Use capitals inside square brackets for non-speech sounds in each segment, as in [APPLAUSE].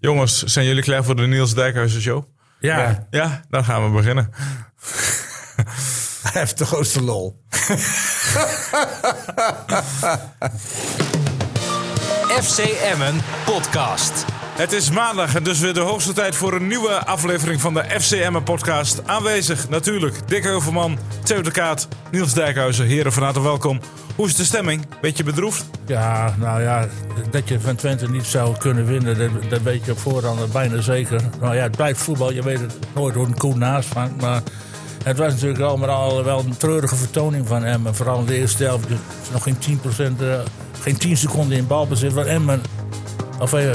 Jongens, zijn jullie klaar voor de Niels Dijkhuizen show? Ja. Ja, dan gaan we [LAUGHS] beginnen. Hij heeft de grootste lol. FC Emmen podcast. Het is maandag en dus weer de hoogste tijd voor een nieuwe aflevering van de FCM podcast. Aanwezig natuurlijk Dick Heuvelman, Theo de Kaat, Niels Dijkhuizen. Heren, van harte welkom. Hoe is de stemming? Beetje bedroefd? Ja, nou ja, dat je van Twente niet zou kunnen winnen, dat, dat weet je op voorhand bijna zeker. Nou ja, het blijft voetbal, je weet het nooit hoe een koe naast vangt, maar... Het was natuurlijk allemaal wel een treurige vertoning van Emmen. Vooral in de eerste helft. dus Nog geen 10%, eh, geen 10 seconden in balbezit. Want Emmen, of eh,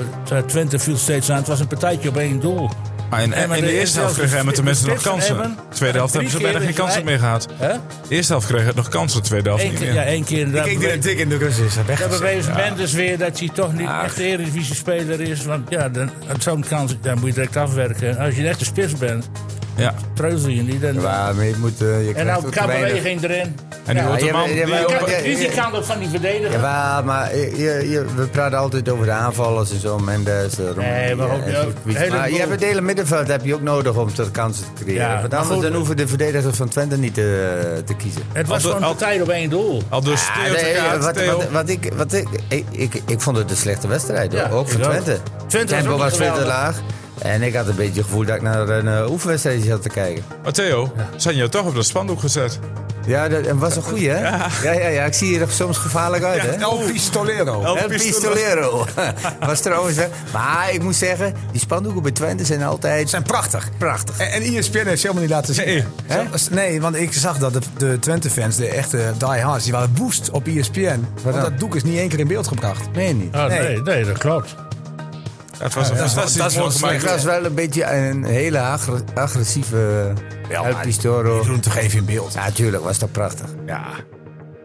Twente viel steeds aan. Het was een partijtje op één doel. Maar in, Emmen in de de eerste eerste helft kregen helft Emmen is- tenminste is nog dit van kansen. Emmen? Tweede helft Drie hebben ze keer bijna geen is kansen wij- meer gehad. Hè? Eerste helft kregen het nog kansen, tweede helft Eén niet keer, meer. ja, één keer inderdaad. Ik denk dat dik in de rust is. Ja, op een gegeven moment dus weer dat hij toch niet echt de Eredivisie-speler is. Want ja, dan, aan zo'n kans dan moet je direct afwerken. Als je echt de spits bent, Ja. treuzel je niet. En, Ja, maar je moet... eh, je en krijgt nou ook kan te weinig. beweging erin. En nu Ja, wordt de ja, man... maar- ja, die maar- op- ja, Kijk, ja, het is die ja. kant ook van die verdediger. Jawel, maar je, je- we praten altijd over de aanvallers en zo. Mendes, eh, Romani, Nee, maar ook- eh, ja, en zoiets. hele Maar je boel. hebt het hele middenveld heb je ook nodig om tot kansen te creëren. Ja, Want maar anders goed. dan hoeven de verdedigers van Twente niet eh, te, te kiezen. Het was Al- gewoon al- altijd op één doel. Al dus Ah, Theo de nee, Kaat, wat, Theo. wat, wat ik, wat ik, ik, ik, ik vond het een slechte wedstrijd, hoor. Ja, ook voor ik ook. Twente. Twente was Tempo ook was niet veel te geweldig. laag. En ik had een beetje het gevoel dat ik naar een eh, oefenwedstrijdje zat te kijken. Maar Theo, zijn jou toch op dat spandoek gezet? Ja, dat dat was een goeie, hè? Ja. ja, ja, Ik zie je er soms gevaarlijk uit, hè? El Pistolero. El Pistolero. [LAUGHS] was trouwens wel... Maar ik moet zeggen, die spandoeken bij Twente zijn altijd... zijn prachtig. Prachtig. En, E en ESPN heeft ze helemaal niet laten zien. Nee. Hè? nee want ik zag dat de, de Twente-fans, de echte diehards, die waren woest op E ESPN. Want dan? dat doek is niet één keer in beeld gebracht. Nee, niet. Ah, nee. nee. Nee, dat klopt. Het was een fantastisch mooi Het gemaakt. was wel een beetje een hele agre- agressieve El Pistolero. hem toch even in beeld. Ja, tuurlijk, was dat prachtig. Ja,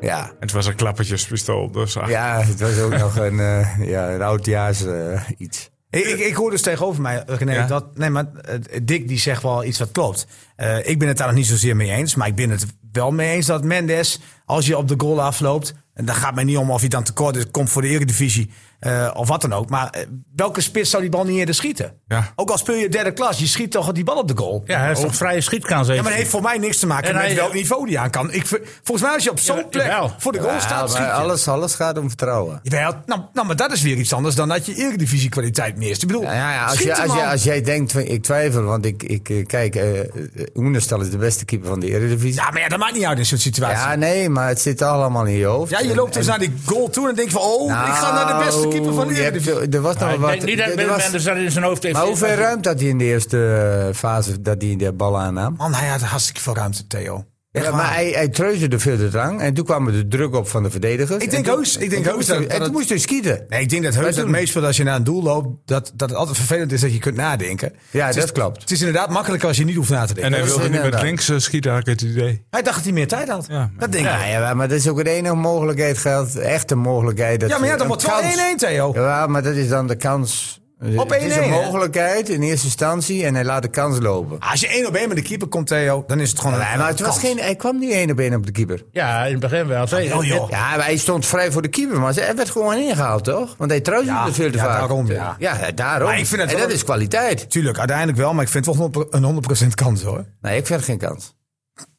Ja. het was een klappertjespistool. Dus ah. Ja, het was ook nog een, eh ja, een oudjaars eh, iets. Ik, ik, ik hoor dus tegenover mij, René, Ja. dat... Nee, maar eh, Dick die zegt wel iets wat klopt. Eh, ik ben het daar nog niet zozeer mee eens. Maar ik ben het wel mee eens dat Mendes, als je op de goal afloopt... En dan gaat mij niet om of hij dan tekort is, komt voor de Eredivisie eh, of wat dan ook. Maar eh, welke spits zou die bal niet eerder schieten? Ja. Ook al speel je derde klas, je schiet toch die bal op de goal? Ja, hij heeft toch vrije schietkans even. Ja, maar dat heeft voor mij niks te maken En met hij- welk niveau die aan kan. Ik, ver- volgens mij als je op zo'n Ja, plek jawel. voor de goal staat, Ja, schiet maar je. alles, alles gaat om vertrouwen. Jawel, nou, nou, maar dat is weer iets anders dan dat je eredivisie kwaliteit mist. Ik bedoel, Ja, ja, ja, als, schiet je, hem als, je, al. als jij denkt, van, ik twijfel, want ik, ik eh, kijk, eh eh, Oenerstal is de beste keeper van de Eredivisie. Ja, maar ja, dat maakt niet uit in zo'n situatie. Ja, Ja, nee, maar het zit allemaal in je hoofd. je loopt dus naar die goal toe en denk van, oh, Nou, ik ga naar de beste keeper van de je hebt- eredivisie. Er was nog Maar wel Nou, ik wat. denk niet dat er Bill was- Mendes dat in zijn hoofd heeft maar zitten. hoeveel ruimte had hij in de eerste eh, fase dat hij de bal aannam? Man, hij had hartstikke veel ruimte, Theo. Echt Ja, waar. maar hij, hij treuzelde veel de drang en toen kwam er de druk op van de verdedigers. Ik En denk toen- heus, ik en denk toen heus moest hij- dat- En dat toen het- moest hij schieten. Nee, ik denk dat heus Wij dat doen. meespeelt als je naar een doel loopt, dat, dat het altijd vervelend is dat je kunt nadenken. Ja, Het is- dat klopt. Het is inderdaad makkelijker als je niet hoeft na te denken. En hij dat is wilde nu met inderdaad. links eh, schieten, had ik het idee. Hij dacht dat hij meer tijd had. Ja, dat denk ik. Ja, ja, maar dat is ook de enige mogelijkheid, geldt, echte mogelijkheid. Dat Ja, maar ja, dan een wordt kans- het 1-1, Theo. Ja, maar dat is dan de kans. Oh. Op het is 1-1, een hè? Ah, mogelijkheid in eerste instantie en hij laat de kans lopen. Als je één op één met de keeper komt, Theo, dan is het gewoon een Nee, maar het was kans. geen, hij kwam niet één op één op de keeper. Ja, in het begin wel. Zeker. Ah, Oh, joh. Ja, maar hij stond vrij voor de keeper, maar hij werd gewoon ingehaald, toch? Want hij trouwde Ja, veel te ja, vaak. daarom, ja. ja, daarom. Maar ik vind het en dat wel- is kwaliteit. Tuurlijk, uiteindelijk wel, maar ik vind het wel een 100% kans hoor. Nee, ik vind het geen kans.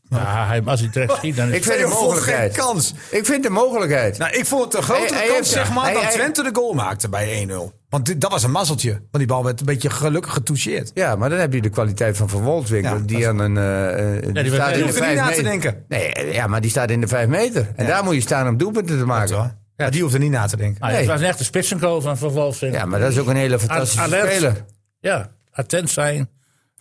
Ja, Ah, hij- als hij terecht schiet, dan is Oh, Ik vind het Theo een vond mogelijkheid. geen kans. Ik vind het een mogelijkheid. Nou, ik vond het een grotere Hij- hij kans, heeft- zeg maar, hij- dat hij- Twente de goal maakte bij 1-0. Want dit- dat was een mazzeltje, want die bal werd een beetje gelukkig getoucheerd. Ja, maar dan heb je de kwaliteit van Van Wolfswinkel. Ja, dat die aan een. eh, eh, die werd- staat Je in de hoeft er niet vijf na te meter. denken. Nee, eh, ja, maar die staat in de vijf meter. En daar moet je staan om doelpunten te maken. Ja. Maar die hoefde niet na te denken. Ah, Nee. Het was een echte spitsenkool van Van Wolfsen. Ja, maar dat is ook een hele fantastische alert. speler. Ja, attent zijn.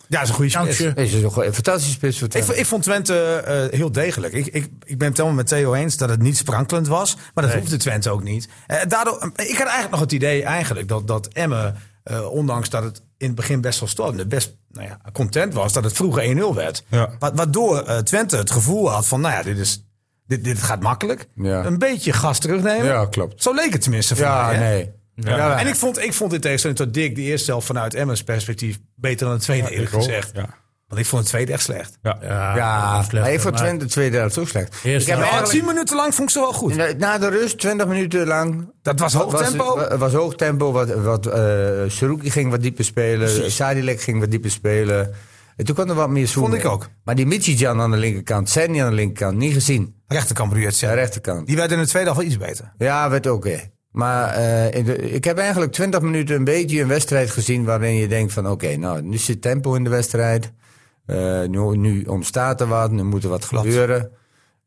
Ja, dat is een goede spits. Kansje. Deze is ook een fantastische spits voor Ik, Twente. vond- ik vond Twente eh, heel degelijk. Ik, ik, ik ben het helemaal met Theo eens dat het niet sprankelend was. Maar dat hoefde Twente ook niet. Eh, daardoor, eh, ik had eigenlijk nog het idee eigenlijk dat, dat Emmen, eh, ondanks dat het in het begin best wel stormde, best nou ja, content was dat het vroeger 1-0 werd. Ja. Wa- Waardoor eh, Twente het gevoel had van, nou ja, dit, is, dit, dit gaat makkelijk. Ja. Een beetje gas terugnemen. Ja, klopt. Zo leek het tenminste voor ja, mij. hè? nee. Ja. Ja, en ik vond, ik vond dit tegenstelling tot Dick de eerste helft vanuit Emmen's perspectief beter dan de tweede, eerlijk ook, gezegd. ja. Want Want ik vond het tweede echt slecht. Ja. Ja, Ah, slecht, maar ik vond maar- Twente de tweede helft ook slecht. Eerst Ik heb nou- eigenlijk- 10 minuten lang vond ik ze wel goed. Na- Na de rust, 20 minuten lang. Dat was hoog tempo. Was, was hoog tempo. Wat, wat, eh, Saruki ging wat dieper spelen. Sadilek ging wat dieper spelen. En toen kwam er wat meer zoen. Vond ik ook. Maar die Michijan aan de linkerkant, Senny aan de linkerkant, niet gezien. Rechterkant bedoel je het De zeggen. rechterkant. Die werd in de tweede helft wel iets beter. Ja, werd ook weer. Maar eh, in de- ik heb eigenlijk 20 minuten een beetje een wedstrijd gezien waarin je denkt van oké, nou nu zit tempo in de wedstrijd. Eh, nu, nu ontstaat er wat, nu moet er wat gebeuren.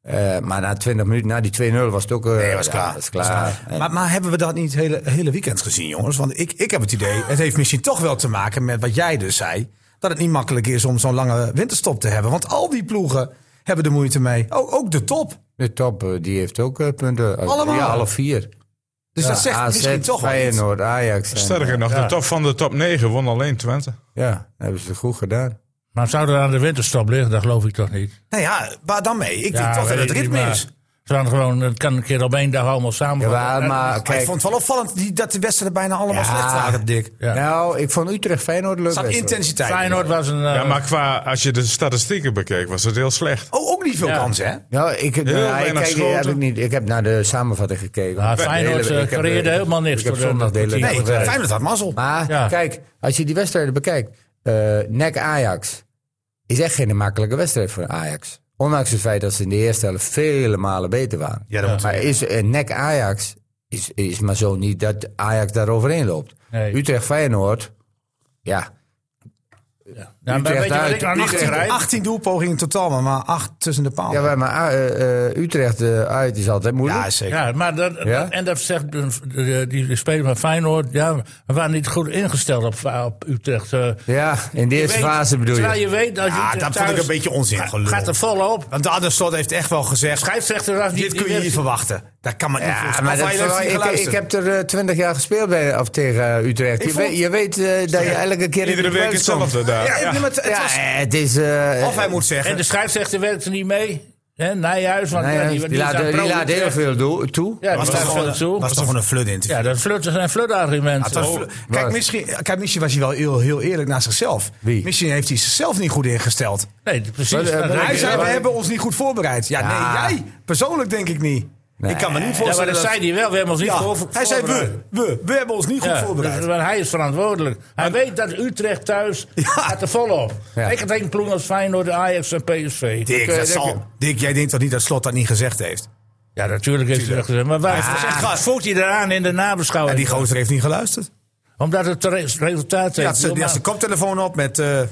Eh, maar na 20 minuten, na die 2-0 was het ook... eh, Nee, was ja, klaar. was klaar. En- Maar, maar hebben we dat niet het hele, hele weekend gezien, jongens? Want ik, ik heb het idee, het heeft misschien toch wel te maken met wat jij dus zei. Dat het niet makkelijk is om zo'n lange winterstop te hebben. Want al die ploegen hebben er moeite mee. Ook, ook de top. De top, eh, die heeft ook eh, punten. Eh, Allemaal? Ja, alle vier. Dus dat zegt AZ, misschien toch wel iets. Feyenoord, Ajax. en- Sterker nog, de top van de top 9 won alleen Twente. Ja, dat hebben ze goed gedaan. Maar zou er aan de winterstop liggen? Dat geloof ik toch niet. Nou ja, waar dan mee? Ik Ja, denk toch dat weet het ik niet, ritme maar is. Ze gaan gewoon, het kan een keer op één dag allemaal samen. Jawel, maar Maar ik kijk. vond het wel opvallend die, dat de wedstrijden bijna allemaal Ja. slecht waren, Dick. Ja. Nou, ik vond Utrecht Feyenoord leuk. Er zat wedstrijd. intensiteit. in. Feyenoord was een... eh, Ja, maar qua, als je de statistieken bekeek, was het heel slecht. Oh, ook niet veel Ja. kansen, hè? Nou, ik, nou, weinig ik, kijk, schoten. heb ik, niet, ik heb naar de samenvatting Ah, gekeken. Ja, Ik heb de Feyenoord, hele- eh, ik heb de- creëerde helemaal niks Ik heb voor de- zondag de hele voor het Nee, team. wedstrijd. Feyenoord had mazzel. Maar Ja. kijk, als je die wedstrijden bekijkt. eh NEC Ajax is echt geen makkelijke wedstrijd voor Ajax. Ondanks het feit dat ze in de eerste helft vele malen beter waren. Ja, dat moet- Maar is, eh, NEC Ajax is, is maar zo niet dat Ajax daar overheen loopt. Nee. Utrecht Feyenoord, ja. Ja, maar Utrecht weet je wat uit. ik nou niet 18, begrijp? 18 doelpogingen in totaal, maar maar 8 tussen de palen. ja maar, maar ah, eh, eh, Utrecht eh, uit is altijd moeilijk. Ja, zeker. Ja, maar dat, Ja? en dat zegt de, de- die, die speler van Feyenoord, ja, we waren niet goed ingesteld op, op Utrecht. eh. Ja, in de Je eerste weet- fase bedoel je. Terwijl je weet dat Ja, Utrecht dat vond ik thuis- een beetje onzin, gelul. Gaat er vol op. Want de andere slot heeft echt wel gezegd... Scheidsrechter was niet... Dit kun je die- niet verwachten. Dat kan maar niet. Ja, volgens mij. maar Of dat hij heeft verhaal- niet ik, ik geluisterd. heb er eh, twintig jaar gespeeld bij, of tegen eh, Utrecht. Ik Je, weet, vond- je weet eh, dat je elke keer in Iedere de week buis komt. hetzelfde daar. Ja, Ja. nee, maar het- het Ja, was- eh, het is... eh, Of hij moet zeggen... En de scheidsrechter werkte niet mee. Hè, Nijhuis, want nou ja, ja, die, laat, is aan die pro- laat heel veel do- toe. Ja, die was laat toch veel gewoon, toe. was toch gewoon een flood in. Ja, dat flirten zijn flutargumenten. Dat was Oh. flu- kijk, wat? misschien, kijk, misschien was hij wel heel, heel eerlijk naar zichzelf. Wie? Misschien heeft hij zichzelf niet goed ingesteld. Nee, precies. Maar, eh, dat maar denk Hij ik. zei, we Ja, hebben ons niet goed voorbereid. Ja, Ja. nee, jij. Persoonlijk denk ik niet. Ik kan me niet maar voorstellen dat zei hij wel. We hebben ons niet Ja, voor- hij zei, voorbereid. we, we, we hebben ons niet Ja, goed voorbereid. dus- want hij is verantwoordelijk. Hij weet dat Utrecht thuis gaat er vol op. Ja. Ik denk ploeg als Feyenoord, Ajax en PSV. Dick, Oké, dat dank zal- Dick, jij denkt toch niet dat Slot dat niet gezegd heeft? Ja, natuurlijk heeft hij dat gezegd. Maar waar gezegd, gast. voelt hij eraan in de En nabeschouwing? Ah. die gozer heeft niet geluisterd. Omdat het re- resultaat Die heeft. had zijn die had zijn koptelefoon op met... eh, ja, en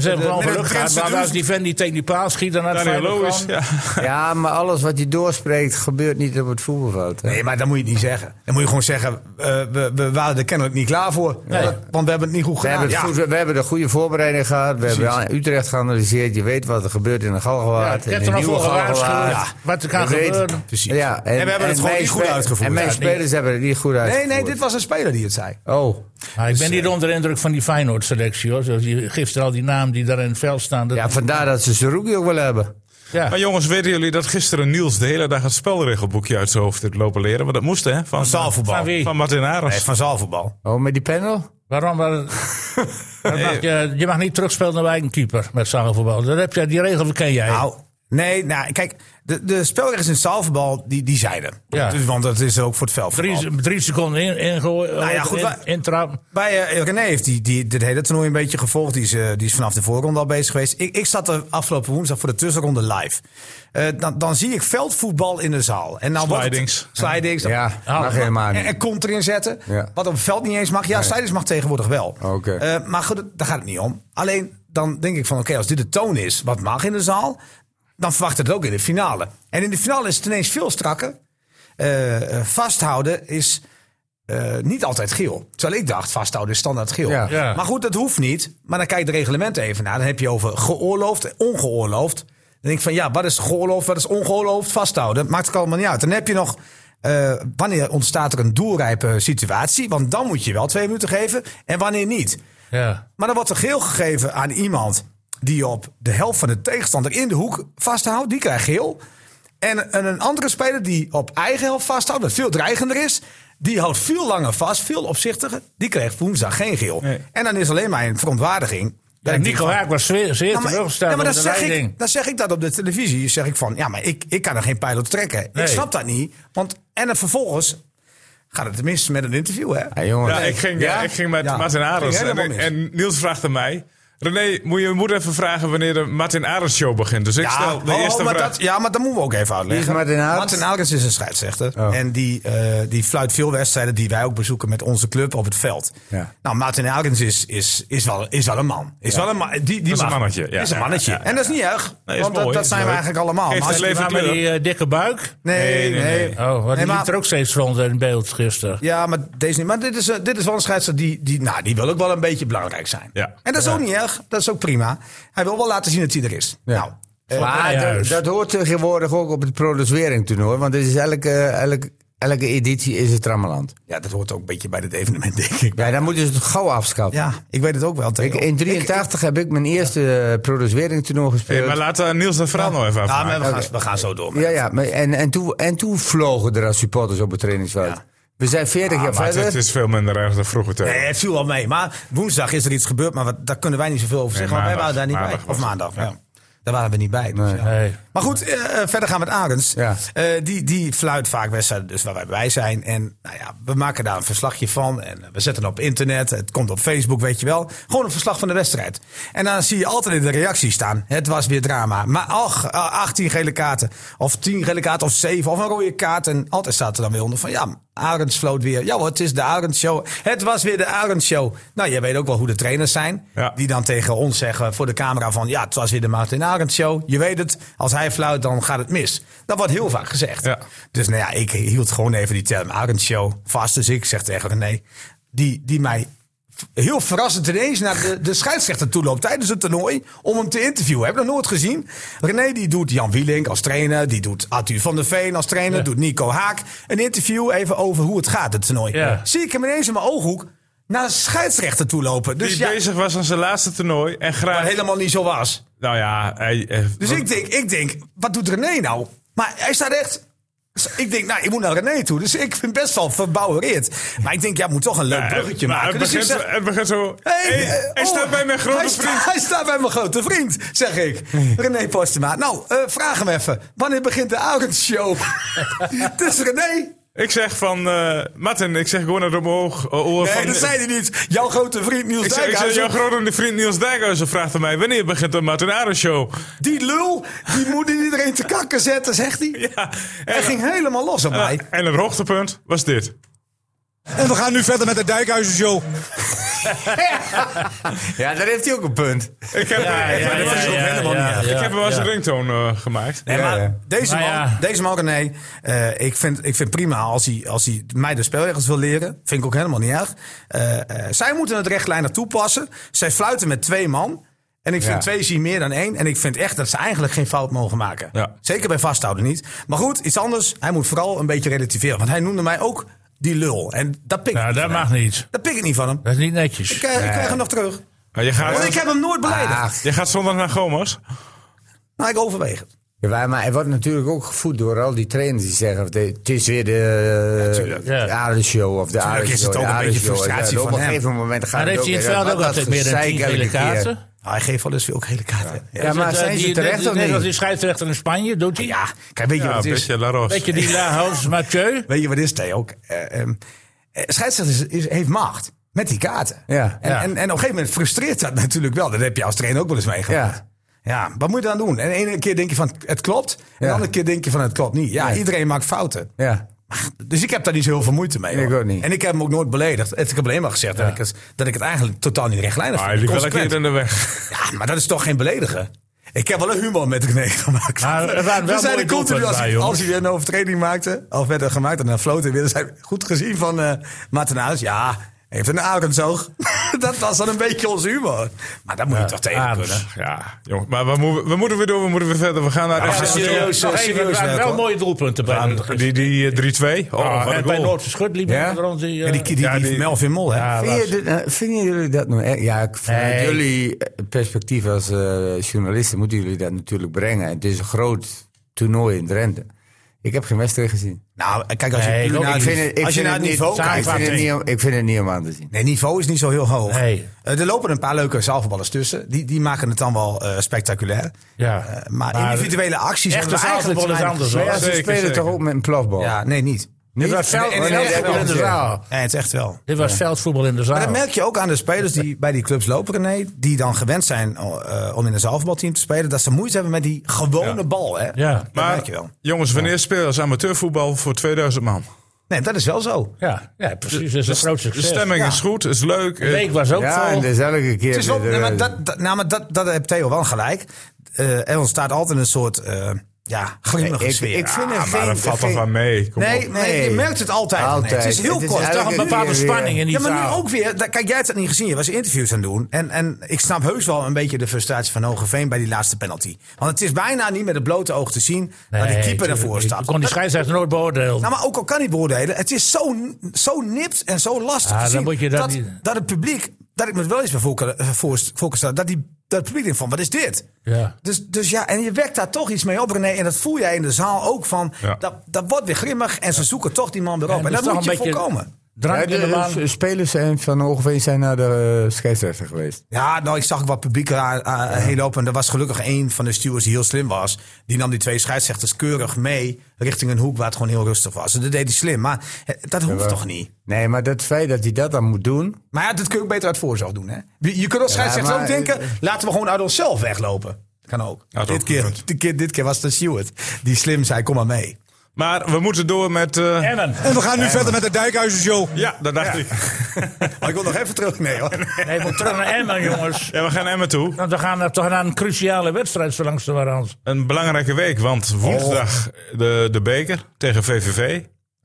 ze hebben de- gewoon geluk met de gehad. Drentse Maar als duizend- die vent die tegen die paal schiet, dan had Daniel Feyenoord Lewis, gewoon- ja. Ja, maar alles wat je doorspreekt gebeurt niet op het voetbalveld. hè. nee, maar dat moet je niet zeggen. Dan moet je gewoon zeggen, eh, we, we waren er kennelijk niet klaar voor. Nee. Want we hebben het niet goed We gedaan. hebben, het Ja. goed- we hebben de goede voorbereiding gehad. We hebben Utrecht geanalyseerd. Je weet wat er gebeurt in de Ja, Galgenwaard. ik heb en er in nog voor Nieuwe gewaarschuwd Galgenwaard. wat er kan We weten- gebeuren. Precies. Ja, en, we hebben het gewoon mijn niet goed spe- uitgevoerd. En mijn Ja, niet. spelers hebben het niet goed nee, uitgevoerd. nee, dit was een speler die het zei. Oh, Maar ik ben niet onder de indruk van die Feyenoord-selectie. hoor. Zoals die- Gisteren al die namen die daar in het veld staan. dat- ja, vandaar dat ze Zerouki ook wel hebben. ja. Maar jongens, weten jullie dat gisteren Niels de hele dag het spelregelboekje uit zijn hoofd heeft lopen leren? Want dat moest, hè? Van, zaalvoetbal. Van wie? van Martin Nee, Arends. van zaalvoetbal. Oh, met die panel? [LAUGHS] Waarom? Waar- dat mag je, je mag niet terugspelen naar eigen keeper met zaalvoetbal. Dat heb je, die regel verken jij. Nou, nee, nou, kijk, de, de spelregels in het zaalvoetbal, die, die zijn er. Ja. Dus, want dat is ook voor het veldvoetbal. drie, drie seconden in, ingooien. Nou ja, goed, in- wij- intrappen. Bij eh, René heeft die, die, dit hele toernooi een beetje gevolgd. Die is, eh, die is vanaf de voorronde al bezig geweest. Ik, ik zat er afgelopen woensdag voor de tussenronde live. Eh, dan, dan zie ik veldvoetbal in de zaal. En dan wordt het- Slidings. Slidings. Dan- Ja, mag helemaal En, niet. en komt erin zetten. Ja. Oh, Wat op het veld niet eens mag. Ja, slidings mag tegenwoordig wel. Oké. Eh, maar goed, daar gaat het niet om. Alleen dan denk ik van oké, als dit de toon is wat mag in de zaal. Dan verwacht het ook in de finale. En in de finale is het ineens veel strakker. Eh, eh, vasthouden is eh, niet altijd geel. Terwijl ik dacht, vasthouden is standaard geel. Ja. Ja. Maar goed, dat hoeft niet. Maar dan kijk je de reglementen even naar. Dan heb je over geoorloofd, ongeoorloofd. Dan denk ik van ja, wat is geoorloofd, wat is ongeoorloofd vasthouden? Maakt het allemaal niet uit. Dan heb je nog, eh, wanneer ontstaat er een doelrijpe situatie? Want dan moet je wel twee minuten geven en wanneer niet. Ja. Maar dan wordt er geel gegeven aan iemand die op de helft van de tegenstander in de hoek vasthoudt. Die krijgt geel. En een- een andere speler die op eigen helft vasthoudt, dat veel dreigender is. Die houdt veel langer vast, veel opzichtiger. Die kreeg woensdag geen geel. Nee. En dan is alleen maar een verontwaardiging. Ja, ik denk Nico van- Haak was zeer, zeer Ja, maar, teleurgesteld ja, maar over dan, de zeg leiding. ik, dan zeg ik dat op de televisie. Zeg ik van, ja, maar ik, ik kan er geen pilot trekken. Nee. Ik snap dat niet. Want, en dan vervolgens gaat het tenminste met een interview, hè? Ja, jongen. Ja, ik ging, eh, Ja? ik ging met Ja. Martin Arends. Ging helemaal En, mis. en Niels vraagt aan mij... René, moet je moeder even vragen wanneer de Martin Arends show begint. Dus ik stel de oh, eerste maar vraag. dat, ja, maar dat moeten we ook even uitleggen. Wie is Martin Arends? Martin Arends is dus een scheidsrechter. Oh. En die, eh, die fluit veel wedstrijden die wij ook bezoeken met onze club op het veld. Ja. Nou, Martin Arends is, is, is, wel, is wel een man. Is wel een man. Die, die is mag- een mannetje, ja. Is een mannetje. Ja, ja, ja. En dat is niet erg. Nee, is want dat- mooi, dat, is zijn we leuk. eigenlijk allemaal. Geeft Maar als het je- leven Maar met kleur. die eh, dikke buik. Nee, Nee, nee. nee, Oh, want die maar- liep er ook steeds rond in beeld gisteren. Ja, maar deze niet. Maar dit is, eh, dit is wel een scheidsrechter die, die, nou, die wil ook wel een beetje belangrijk zijn. Ja. En dat is ook niet erg. Dat is ook prima. Hij wil wel laten zien dat hij er is. Nou, eh, Maar dat, Juist. dat hoort tegenwoordig ook op het producering toernooi. Want het is elke, elke, elke editie is het trammeland. ja, dat hoort ook een beetje bij dit evenement, [LAUGHS] denk ik. Ja, dan moeten ze het gauw afschaffen. Ja, ik weet het ook wel. Theo. Ik, in 83 heb ik mijn eerste eh, producering toernooi Hey, gespeeld. maar laat eh, Niels dat verhaal nog even Ja, afmaken. Nou, maar we, gaan, we gaan zo door. Ja, ja, maar en, en, toen, en toen vlogen er als supporters op het trainingsveld. Ja. We zijn 40 jaar Ah, maar het, verder. het is veel minder erg dan vroeger. Theo. Nee, het viel wel mee. Maar woensdag is er iets gebeurd, maar wat, daar kunnen wij niet zoveel over Nee, zeggen. want wij waren maandag. daar Maandag niet bij. was Of het. maandag, ja. Ja. Daar waren we niet bij. Dus, Nee. ja. Nee. Maar goed, eh, eh, verder gaan we met Arends. Ja. Eh, die, die fluit vaak wedstrijden, dus waar wij bij zijn. En nou ja, we maken daar een verslagje van. En eh, we zetten het op internet. Het komt op Facebook, weet je wel. Gewoon een verslag van de wedstrijd. En dan zie je altijd in de reacties staan. Het was weer drama. Maar ach, eh, 18 gele kaarten. Of 10 gele kaarten. Of 7. Of een rode kaart. En altijd staat er dan weer onder van ja, Arends floot weer. Ja hoor, het is de Arends show. Het was weer de Arends show. Nou, jij weet ook wel hoe de trainers zijn. Ja. Die dan tegen ons zeggen voor de camera van... ja, het was weer de Martin Arendt show. Je weet het, als hij fluit dan gaat het mis. Dat wordt heel vaak gezegd. Ja. Dus nou ja, ik hield gewoon even die term Arendt show vast. Dus ik zeg tegen René, die, die mij v- heel verrassend ineens naar de, de scheidsrechter toe loopt... tijdens het toernooi om hem te interviewen. Heb ik nog nooit gezien. René die doet Jan Wielink als trainer. Die doet Arthur van der Veen als trainer. Doet Nico Haak. Een interview even over hoe het gaat, het toernooi. Ja. Zie ik hem ineens in mijn ooghoek naar de scheidsrechter toe lopen. Dus die ja, bezig was aan zijn laatste toernooi. En graag... maar helemaal niet zo was. Nou ja, hij, eh, Dus wat- ik denk, ik denk, wat doet René nou? Maar hij staat echt... Ik denk, nou, ik moet naar René toe. Dus ik ben best wel verbouwereerd. Maar ik denk, ja, moet toch een leuk eh, bruggetje maar Het maken. Dus ik begint, zeg... het begint zo... hey, eh, hij oh, staat bij mijn hij grote sta- vriend. [LAUGHS] hij staat bij mijn grote vriend, zeg ik. René Postema. Nou, eh, vraag hem even. Wanneer begint de Arends [LAUGHS] Show? dus René... Ik zeg van... eh Martin, ik zeg gewoon naar omhoog. eh, oren Nee, van, dat zei hij niet. Jouw grote vriend Niels Ik zeg, ik zeg, Dijkhuizen. jouw grote vriend Niels Dijkhuizen vraagt aan mij... Wanneer begint de Martin Arends show? Die lul, die moet iedereen te kakken zetten, zegt hij. Ja. Hij En, ging helemaal los op mij. Ah, en het hoogtepunt was dit. En we gaan nu verder met de Dijkhuizen Show. Ja, daar heeft hij ook een punt. Ik heb, ik, ja, heb ja, wel eens- ja, ja, ja. ik heb hem wel eens Ja. een ringtoon eh, gemaakt. Nee, Ja, maar ja. Deze, Maar man, ja. deze man, René, eh, ik, vind, ik vind prima als hij, als hij mij de spelregels wil leren. Vind ik ook helemaal niet erg. Eh, eh, zij moeten het rechtlijnig toepassen. Zij fluiten met twee man. En ik vind Ja. twee zie meer dan één. En ik vind echt dat ze eigenlijk geen fout mogen maken. Ja. Zeker bij vasthouden niet. Maar goed, iets anders. Hij moet vooral een beetje relativeren. Want hij noemde mij ook die lul. En dat pik ik, Nou, niet dat van mag hem. niet. Dat pik ik niet van hem. Dat is niet netjes. Ik, eh, ik krijg hem nog terug. Maar je gaat, Want ik heb hem nooit beledigd. Ach, je gaat zondag naar Gomas. Maar ik overweeg het. Ja, maar- maar hij wordt natuurlijk ook gevoed door al die trainers die zeggen... of de- het is weer de, ja. de Arendsshow of de Tuurlijk Arendsshow. is het de ook een beetje Arendsshow. frustratie Ja, van Op een hem. gegeven moment gaat Maar het heeft ook... hij in het ja, veld wat ook altijd dat meer dan gezeik 10 elke gele keer. kaarten? Nou, hij geeft wel eens ook gele kaarten. Ja. Ja, maar Is het, eh, zijn ze die- terecht die- of Net als niet? die scheidsrechter in Spanje, doet hij. Ja, kijk, weet je Ja, wat een het is? beetje La Roche. Weet je die Laos Mathieu? Weet je wat is, Theo? ook? Eh, ehm, eh, scheidsrechter is, is- heeft macht met die kaarten. Ja. En, Ja. En, en op een gegeven moment frustreert dat natuurlijk wel. Dat heb je als trainer ook wel eens meegemaakt. Ja. Ja. wat moet je dan doen? En de ene keer denk je van het klopt. En Ja. de andere keer denk je van het klopt niet. Ja, iedereen maakt fouten. Ja. Dus ik heb daar niet zo heel veel moeite mee. Ik hoor. ook niet. En ik heb hem ook nooit beledigd. Ik heb alleen maar gezegd dat, ik het, dat ik het eigenlijk totaal niet rechtlijnig Ah, vind. hij liep wel een Consequent. keer in de weg. [LAUGHS] Ja, maar dat is toch geen beledigen? Ik heb wel een humor met de nee gemaakt. Maar er waren wel we zijn mooie er continu doelpunten als, bij, hij- jongens. als hij weer een overtreding maakte, of werd er gemaakt en dan floot hij weer. Dan zijn we goed gezien van eh Maarten Huis. Ja, heeft een arendsoog. [LAUGHS] dat was dan een beetje ons humor. Maar dat moet je toch tegen Arends. kunnen. Ja, jongen. Maar we, moeten- we moeten weer door, we moeten weer verder. We gaan naar maar FC serieus, Nog even, serieus er waren net, wel hoor. mooie doelpunten bij. hem. Die, die eh, 3-2. Oh, Ah, wat en een bij goal. Noordse Schut liep Ja? er rond die... eh, En die, die, die, Ja, die- Melvin Mol, hè? ja, Vind was- je dit- eh, Vinden jullie dat nou echt? Ja, ik- vanuit Nee. jullie eh, perspectief als eh, journalisten moeten jullie dat natuurlijk brengen. Het is een groot toernooi in Drenthe. Ik heb geen wedstrijd gezien. Nou, kijk, als je, Nee, ik puur ook naar niet. het- Ik vind het, ik als je vind naar het het niet, niveau ik kijkt... vind het niet om- ik vind het niet om aan te zien. Nee, niveau is niet zo heel hoog. Nee. Eh, er lopen een paar leuke zaalvoetballers tussen. Die, die maken het dan wel eh, spectaculair. Ja. Eh, maar, individuele acties echte hebben we eigenlijk zaalvoetbal is te anders, weinig hoor. Ja, gezien. ze zeker, spelen zeker. toch ook met een plofbal? Ja, nee, niet. Dit was Nee, veld- nee, dit was nee, veldvoetbal in de nee. zaal. Nee, het is echt wel. Dit was veldvoetbal in de zaal. Maar dat merk je ook aan de spelers die bij die clubs lopen, René. Die dan gewend zijn eh, om in een zaalvoetbalteam te spelen. Dat ze moeite hebben met die gewone Ja. bal. Hè? Ja. Dat Maar merk je wel. jongens, wanneer spelen ze amateurvoetbal voor 2000 man? Nee, dat is wel zo. Ja, ja, precies. Dat is een groot De succes. stemming Ja. is goed, is leuk. eh, De week was ook Ja, vol. en dezelfde keer. Het is wel, weer, nee, maar eh, dat, dat, nou, maar dat, dat heeft Theo wel gelijk. Eh, er ontstaat altijd een soort eh ja, glimmige Ik- sfeer. Ah, ik vind het maar geen... dat valt toch wel mee. Kom nee, op. nee, je Nee. merkt het altijd. René. Altijd. Het is heel Het is kort. eigenlijk- toch een bepaalde Elke keer spanning in die Ja, maar nu zaal. ook weer. da- Kijk, jij hebt het niet gezien. Je was interviews aan het doen. En, en ik snap heus wel een beetje de frustratie van Hogeveen bij die laatste penalty. Want het is bijna niet met het blote oog te zien dat Nee, de keeper tuurlijk ervoor niet. staat. Ik kon die Dat- scheidsrechter nooit beoordelen. nou, maar ook al kan hij beoordelen, het is zo, zo nipt en zo lastig Ja, te dan zien moet je dat dat, niet- dat het publiek, dat ik me wel eens bij voor, voor, voor kan stellen, dat, die, dat het publiek denkt van, wat is dit? Ja. Dus, dus ja, en je wekt daar toch iets mee op, René. En dat voel jij in de zaal ook van, Ja. dat, dat wordt weer grimmig en ze zoeken toch die man weer op. En En, dat is dat moet toch je een beetje- voorkomen. Drank Ja, in de de, baan. de spelers zijn van ongeveer zijn naar de eh, scheidsrechter geweest. Ja, nou, ik zag ook wat publiek er aan- aan- heel open. En er was gelukkig één van de stewards die heel slim was. Die nam die twee scheidsrechters keurig mee richting een hoek waar het gewoon heel rustig was. En dat deed hij slim, maar eh, dat hoeft toch niet? Nee, maar dat feit dat hij dat dan moet doen. Maar ja, dat kun je ook beter uit voorzorg doen. Hè? Je je kunt als scheidsrechter maar- ook denken, laten we gewoon uit onszelf weglopen. Kan ook. Ja, dat dit, ook keer, goed. dit, keer, dit keer was het Stewart die slim zei, kom maar mee. Maar we moeten door met... eh, Emmen. En we gaan nu verder met de Dijkhuizen Show. ja, dat dacht ik. Maar ik wil nog even terug. [LAUGHS] Nee hoor. Nee, we terug naar Emmen, jongens. Ja, we gaan Emmen toe. Want we gaan er toch naar een cruciale wedstrijd, zo langs de warans. Een belangrijke week, want woensdag Oh. de, de beker tegen VVV.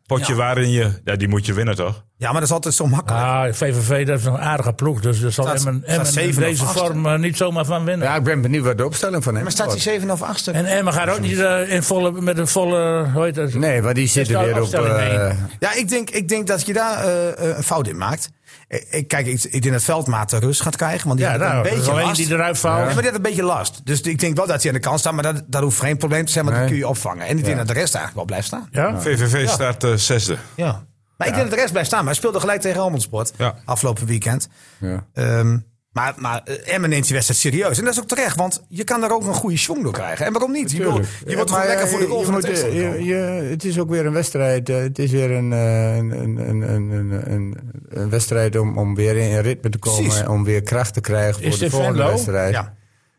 Potje waarin je... Ja, die moet je winnen, toch? Ja, maar dat is altijd zo makkelijk. Ah, VVV, dat is een aardige ploeg. Dus daar zal Staat- Emmen, staat Emmen in zeven of deze acht, vorm eh, niet zomaar van winnen. Ja, ik ben benieuwd wat de opstelling van hem Maar staat hij wordt. 7 of 8 En Emmen gaat ook niet eh, in volle, met een volle... Hoe heet dat? Nee, want die Dus zitten staat weer op. opstelling eh, één. Ja, ik denk, ik denk dat je daar eh, eh, een fout in maakt. Ik- Ik, kijk, ik, ik denk dat Veldmaat de rust gaat krijgen. Want die Ja, had nou, een dat is beetje alleen last. die eruit valt. Ja, maar die had een beetje last. Dus ik denk wel dat hij aan de kant staat. Maar dat, dat hoeft geen probleem te zijn, want die Nee. kun je opvangen. En ik denk dat de rest eigenlijk wel blijft staan. Ja? VVV staat eh, zesde. Ja. Maar ik denk dat de rest blijft staan. Maar hij speelde gelijk tegen Helmond Sport Ja. afgelopen weekend. ja. Ehm, maar, maar eh, Emmen neemt die wedstrijd serieus. En dat is ook terecht, want je kan daar ook een goede schwung door krijgen. En waarom niet? Je, wil, je wordt gewoon Maar, lekker eh, voor de goal je van de moet, eh, tegenstander je- komen. je- Het is ook weer een wedstrijd. eh, Het is weer een, eh, een, een, een, een, een- een, een wedstrijd om, om weer in een ritme te komen. Precies. Om weer kracht te krijgen voor Is de dit volgende Venlo? wedstrijd. Ja.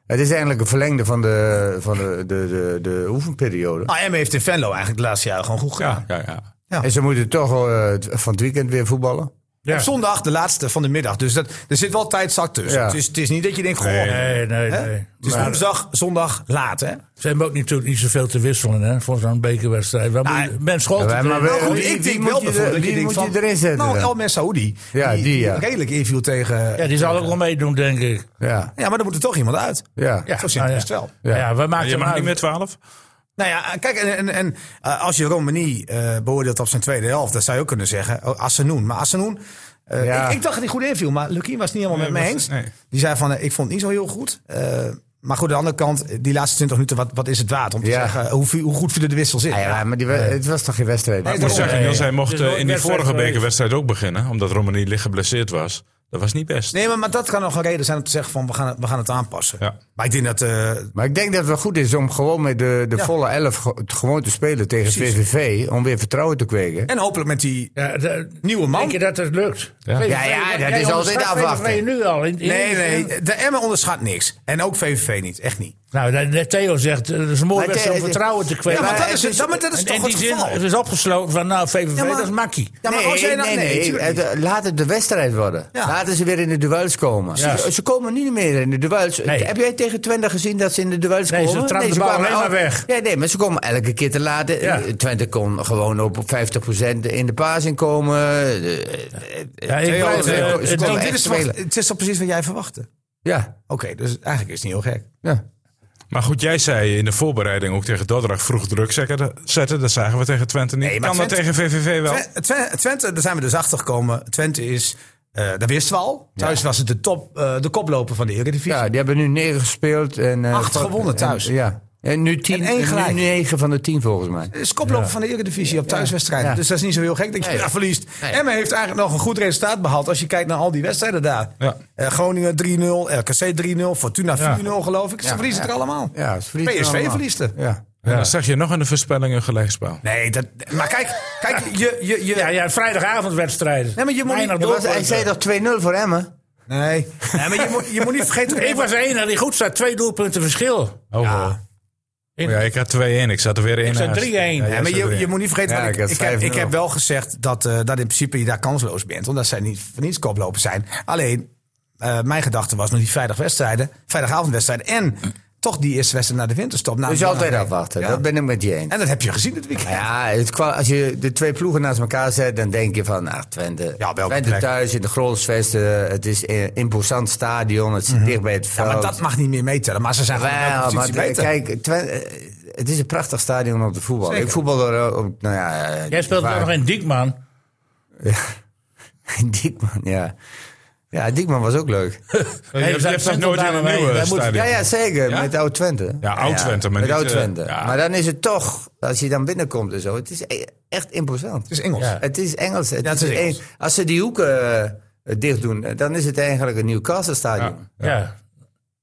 Het is eigenlijk een verlengde van de, van de, de, de, de oefenperiode. Nou, Emmen heeft in Venlo eigenlijk de laatste jaren gewoon goed gedaan. Ja, ja. ja. En ze moeten toch eh, t- van het weekend weer voetballen. Ja. Op zondag, de laatste van de middag. Dus dat, er zit wel tijdzak tussen. Ja. Het, is, het is niet dat je denkt, goh, Nee. Nee, nee, hè? nee. het is woensdag, zondag, laat. Hè? Ze hebben ook natuurlijk niet zoveel te wisselen hè, voor zo'n bekerwedstrijd. Waar Nou, moet je- Ben Scholten. wij- maar wij- Nou goed, wie- ik wie denk moet wel je er- bijvoorbeeld dat je wie denkt moet je van... erin zetten Nou, dan? El Messaoudi. Ja, die, ja. redelijk inviel tegen... ja, Ja, die zal ook wel meedoen, denk ik. Ja, maar dan moet er toch iemand uit. ja. Zo simpel nou is het wel. Ja, Ja. we maken Je hem mag uit. niet meer twaalf? Nou ja, kijk, en, en, en eh, als je Romani eh, beoordeelt op zijn tweede helft... dan zou je ook kunnen zeggen, oh, Assenoen. Maar Assenoen, eh, Ja. ik, ik dacht dat hij goed inviel... maar Lukien was het niet helemaal Nee, met me was- eens. nee. Die zei van, eh, ik vond het niet zo heel goed. Eh, maar goed, aan de andere kant, die laatste 20 minuten... wat, wat is het waard om te Ja. zeggen eh, hoe, viel- hoe goed vielen de wissels in? Ah, ja, maar die, we- het was toch geen wedstrijd? Nee, Ik moet daarom. zeggen, Niels, hij mocht Het is eh, nooit in die wedstrijd vorige geweest. bekerwedstrijd ook beginnen. Omdat Romani licht geblesseerd was. Dat was niet best. Nee, maar, maar dat kan nog een reden zijn om te zeggen van we gaan het, we gaan het aanpassen. Ja. Maar ik denk dat... eh, Maar ik denk dat het wel goed is om gewoon met de, de Ja. volle elf ge- gewoon te spelen tegen Precies. VVV. Om weer vertrouwen te kweken. en hopelijk met die... Ja, de- Nieuwe man. Denk je dat het lukt? Ja. VVV, Ja, ja, wat- dat jij is altijd onderschat afwachten. VVV nu al. In- in- Nee, in- nee, de Emmen onderschat niks. En ook VVV niet, echt niet. Nou, dat- dat Theo zegt, eh, het is een mooi Maar wedstrijd om Theo- vertrouwen te kweken. Ja, maar dat En- is, het- Eh, dus dat, maar dat is toch in het die zin, geval. het is opgesloten van, nou, VVV, Ja, maar- dat is makkie. Ja, maar als jij nou... Nee, tuurlijk niet. het- laat het de wedstrijd worden. Ja. Laten ze weer in de duels komen. Ja. Ze, ze komen niet meer in de duels. Nee. Heb jij tegen Twente gezien dat ze in de duels Nee, ze komen? trappen de bal kwamen alleen al- maar weg. Ja, nee, maar ze komen elke keer te laat. Ja. Twente kon gewoon op 50% in de paas inkomen. Ja, ik Theo, blijf, Theo, eh, Theo, het- ze Dit komen is echt wat- spelen. Het is toch precies wat jij verwachtte? Oké, Ja, dus eigenlijk is het niet heel gek. ja. Maar goed, jij zei in de voorbereiding ook tegen Dordrecht vroeg druk zetten. zetten. Dat zagen we tegen Twente niet. Nee, maar kan dat tegen Twente- VVV wel? Twen- Twen- Twente, daar zijn we dus achter gekomen. Twente is, eh dat wisten we al. Thuis was het de, top, eh, de koploper van de Eredivisie. ja, die hebben nu negen gespeeld. En, eh, Acht van- gewonnen en- thuis. ja. En nu, tien, En één en nu gelijk. 9 van de 10 volgens mij. Het is koploper van de Eredivisie op thuiswedstrijden. Ja. Dus dat is niet zo heel gek dat je Nee. daar verliest. Nee. Emmen heeft eigenlijk nog een goed resultaat behaald... als je kijkt naar al die wedstrijden daar. Ja. Eh, Groningen 3-0, RKC 3-0, Fortuna 4-0 geloof ik. Ze Ja, verliezen ja. het er allemaal. Ja, ze verliezen PSV allemaal. verliest er. Ja. En dan zeg je nog in de voorspelling een gelijkspel. Nee, dat, maar kijk, kijk je, je, je, Ja, ja, vrijdagavondwedstrijden. Nee, maar je moet niet- Weinig Ja, maar doelpunten. Hij zei dat 2-0 voor Ah, Emmen. Nee, nee maar je, moet, je moet niet [LAUGHS] vergeten... Ik was de enige die goed staat. Twee doelpunten verschil. Oh, Ja. ja. ja, ik had 2-1. Ik zat er weer in. Ik zei 3-1. Ja, maar je, je moet niet vergeten, Ja, want ik ik, had ik, heb, 5-0. ik heb wel gezegd dat, eh, dat in principe je daar kansloos bent. Omdat zij niet voor niets koploper zijn. Alleen, eh, mijn gedachte was nog die vrijdagwedstrijden, vrijdagavondwedstrijden. En toch die eerste wedstrijd naar de winterstop. na Dus de altijd lange- afwachten. Ja. Dat ben ik met je eens. En dat heb je gezien dit weekend. Ja, het, kwa- als je de twee ploegen naast elkaar zet, dan denk je van, ah, Twente, Ja, op elke Twente plek. thuis in de Grolsvesten, het is een imposant stadion, het zit dicht bij het Mhm. Ja, veld. maar dat mag niet meer meetellen. Maar ze zijn gewoon in Wel, elke maar positie beter. kijk, Twen- eh, het is een prachtig stadion om te voetballen. Zeker. Ik voetbal er ook, op- nou ja... eh, Jij speelt waar- ook nog in Diekman. [LAUGHS] Diekman, ja. Ja, Diekman was ook leuk. je hebt- je hebt nog nooit in een nieuwe Wij moeten- stadion. Ja, ja zeker. Ja? Met Oud-Twente. Ja, Oud-Twente, maar niet, Met eh, Oud-Twente. ja. Maar dan is het toch, als je dan binnenkomt en zo, het is e- echt imposant. Het is Engels. Ja. Het is Engels. Het Ja, het is een- Engels. als ze die hoeken eh, dicht doen, eh, dan is het eigenlijk een Newcastle stadion. Ja.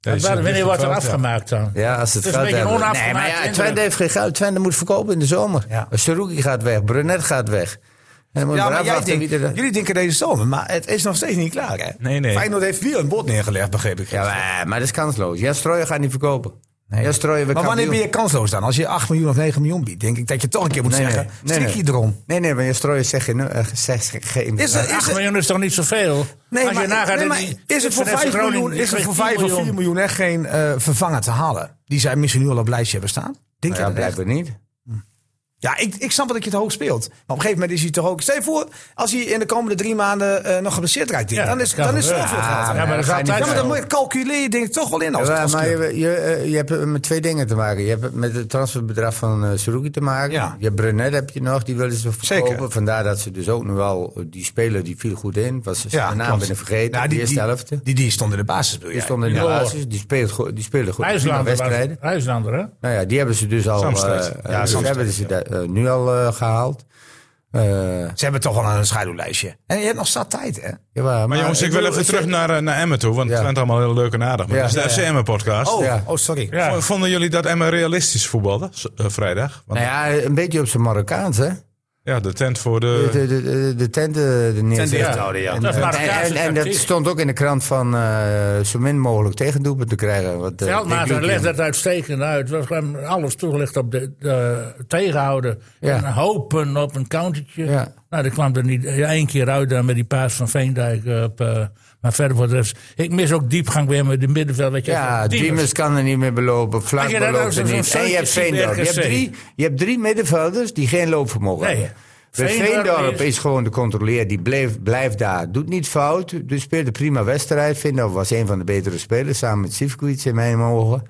Maar waar- Wanneer wordt er afgemaakt dan? Ja. als het Het is geld een beetje hebben. een Nee, onafgemaakt maar ja, indruk. Twente heeft geen geld. Twente moet verkopen in de zomer. Eh, Ja. Saruki gaat weg, Brunet gaat weg. En dan moet je Ja, maar maar jij afwachten denkt, wie er... jullie denken deze zomer, maar het is nog steeds niet klaar. Hè? Nee, nee. Feyenoord heeft weer een bod neergelegd, begreep ik. Ja, maar, eh, maar dat is kansloos. Jan Strooijen gaat niet verkopen. Jan Strooijen, we maar wanneer ben kampioen. je kansloos dan? Als je 8 miljoen of 9 miljoen biedt, denk ik dat je toch een keer moet Nee, zeggen: nee. Nee, strik nee. je erom. Nee, nee, maar Jan Strooijen zegt geen... eh, zegt geen Is er, is 8 er- miljoen is toch niet zoveel? nee, Als je maar, nagaat nee, dat maar die- is het voor van FC 5 miljoen, Groningen is er kreeg voor 5 of 4 miljoen echt geen eh, vervanger te halen? Die zij misschien nu al op het lijstje hebben staan? Denk Nou je Ja, dat echt? blijkbaar niet. Ja, ik, ik snap wel dat je het hoog speelt. Maar op een gegeven moment is hij toch ook... Stel je voor, als hij in de komende drie maanden eh, nog geblesseerd raakt, Ja, dan is, dat kan dan is het wel gebeuren. veel geld. Ja, maar dat is ga je niet Ja, altijd maar zo. dan moet je calculeer je denk ik toch wel in als, Ja, als maar club. je, je, eh, je hebt met twee dingen te maken. Je hebt met het transferbedrag van eh Saruki te maken. Ja. Je hebt Brunet heb je nog, die willen ze Zeker. verkopen. Vandaar dat ze dus ook nog wel... Die speler die viel goed in. Was zijn naam klopt. ben ik vergeten. Nou, die, die, eerste die, helft. Die, die, die stond in de basis, bedoel jij? stond in de Ja. basis. Die speelde goed. Die speelde goed. Prima IJslander was- wedstrijden. IJslander, hè? Nou ja, die hebben ze dus al... Samsted. eh, Ja, eh, Samsted, hebben ze da- eh, nu al eh, gehaald. Eh, Ze hebben toch wel een schaduwlijstje. En je hebt nog zat tijd, hè? ja, maar, Maar jongens, ik wil bedoel, even ze- terug naar, eh, naar Emmen toe. Want Ja. het zijn allemaal heel leuk en aardig. Maar Ja. dit is Ja, de FC Emmen-podcast. Oh, Ja. oh sorry. Ja. V- Vonden jullie dat Emmen realistisch voetbalde z- eh, vrijdag? Want, Nou ja, een beetje op zijn Marokkaans, hè? ja, de tent voor de... De, de, de, de tenten eh, de neerzetten. dicht houden, ja. En, Eh. Dat is en- Marokkaanse en, en dat tactiek. stond ook in de krant van eh, zo min mogelijk tegendoepen te krijgen. Wat, eh, Dick Veldmaat Lukien- legt dat uitstekend uit. Het was gewoon alles toegelicht op de, de tegenhouden. Ja. En hopen op een countertje. Ja. Nou, dat kwam er niet ja, één keer uit dan met die paas van Veendijk. Op, eh, maar verder voor de rest. Ik mis ook diepgang weer met de middenveld. Weet je, Ja, Diemers. Diemers kan er niet meer belopen. Vlak Maar je hebt ook beloopt zo'n er niet. En je hebt zo'n Veendorp. Je Sieberg hebt, drie, je hebt drie middenvelders die geen loopvermogen Nee. hebben. Bij Veendorp Veendorp is- is gewoon de controleur. Die bleef, blijft daar. Doet niet fout. Dus speelde prima wedstrijd. Veendorp was een van de betere spelers. Samen met Sivkovic in mijn ogen.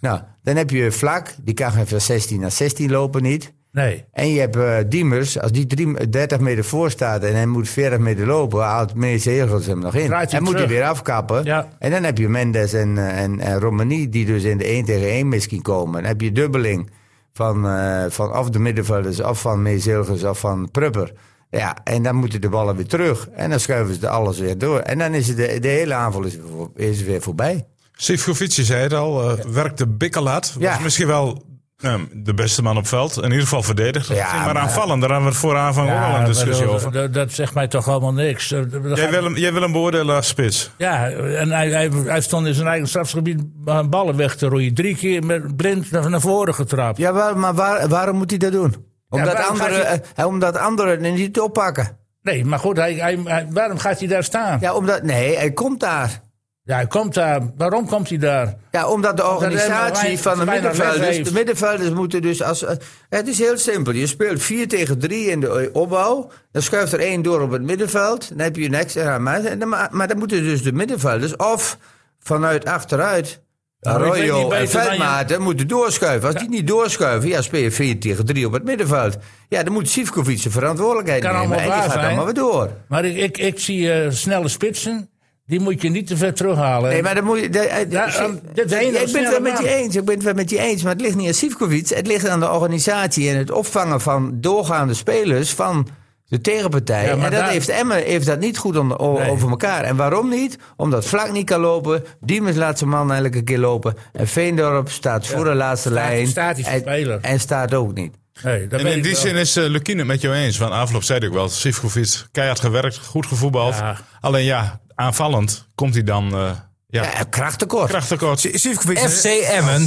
Nou, dan heb je Vlak. Die kan geen van 16 naar 16 lopen niet. Nee. En je hebt eh, Diemers, als die drie, 30 meter voor staat en hij moet 40 meter lopen, haalt Mees Hegels hem nog in. Draait hij en moet hij terug. weer afkappen. Ja. En dan heb je Mendes en, eh, en, en Romani, die dus in de 1 tegen 1 misschien komen. Dan heb je dubbeling van, eh van of de middenvelders, of van Mees Hegels, of van Prupper. Ja, en dan moeten de ballen weer terug. En dan schuiven ze alles weer door. En dan is het de, de hele aanval is, voor- is weer voorbij. Sivkovic, je zei het al, eh, werkte bikkelaat. Was Ja. misschien wel eh, de beste man op veld. In ieder geval verdedigd. Ja, maar, maar- aanvallen, daar hebben we het vooraan van ook al een maar discussie dat- over. Dat, dat zegt mij toch allemaal niks. Eh, dat- Jij dat gaat- wil, hem, jij wil hem beoordelen als spits. Ja, en hij, hij, hij stond in zijn eigen strafgebied eh, ballen weg te roeien. Drie keer met blind naar, naar voren getrapt. Ja, waar- maar waar- waarom moet hij dat doen? Omdat, waarom gaat anderen, eh, omdat anderen het niet oppakken. Nee, maar goed, hij, hij, hij- waarom gaat hij daar staan? Ja. Ja, omdat, nee, hij komt daar. hij komt daar. Waarom komt hij daar? Ja, omdat de Emmen organisatie weinig- van de weinig weg middenvelders... heeft. De middenvelders moeten dus... Als, eh, het is heel simpel. Je speelt 4 tegen 3 in de eh, opbouw. Dan schuift er één door op het middenveld. Dan heb je een extra aan mij. En dan ma- Maar dan moeten dus de middenvelders... of vanuit achteruit... maar ik weet niet Arroyo en beter dan je- Veldmaten moeten doorschuiven. Als die niet doorschuiven, ja, speel je 4 tegen 3 op het middenveld. Ja, dan moet Sivkovic zijn verantwoordelijkheid Kan nemen. allemaal En die waar gaat zijn. allemaal weer door. Maar ik, ik, ik zie eh, snelle spitsen. Die moet je niet te ver terughalen. Nee, maar dan moet je. de- eh, Ja, ik- dan- dit is de ik enige ben het wel snelle met je baan. eens. Ik ben het wel met je eens. Maar het ligt niet aan Sivkovic. Het ligt aan de organisatie en het opvangen van doorgaande spelers van de tegenpartij. Ja, maar en dat daar- heeft Emmen heeft dat niet goed onder- o- Nee. over elkaar. En waarom niet? Omdat Vlak niet kan lopen. Diemers laat zijn man elke keer lopen. En Veendorp staat voor de laatste staat- lijn. staat die en, speler. en staat ook niet. Nee, dat En weet in ik die wel. zin is eh Lukien het met jou eens. Van afloop zei ik wel, Sivkovic keihard gewerkt, goed gevoetbald. Ja. Alleen ja, aanvallend komt hij dan eh ja, Ja, krachttekort. krachttekort. Sivkovic FC Oh, Emmen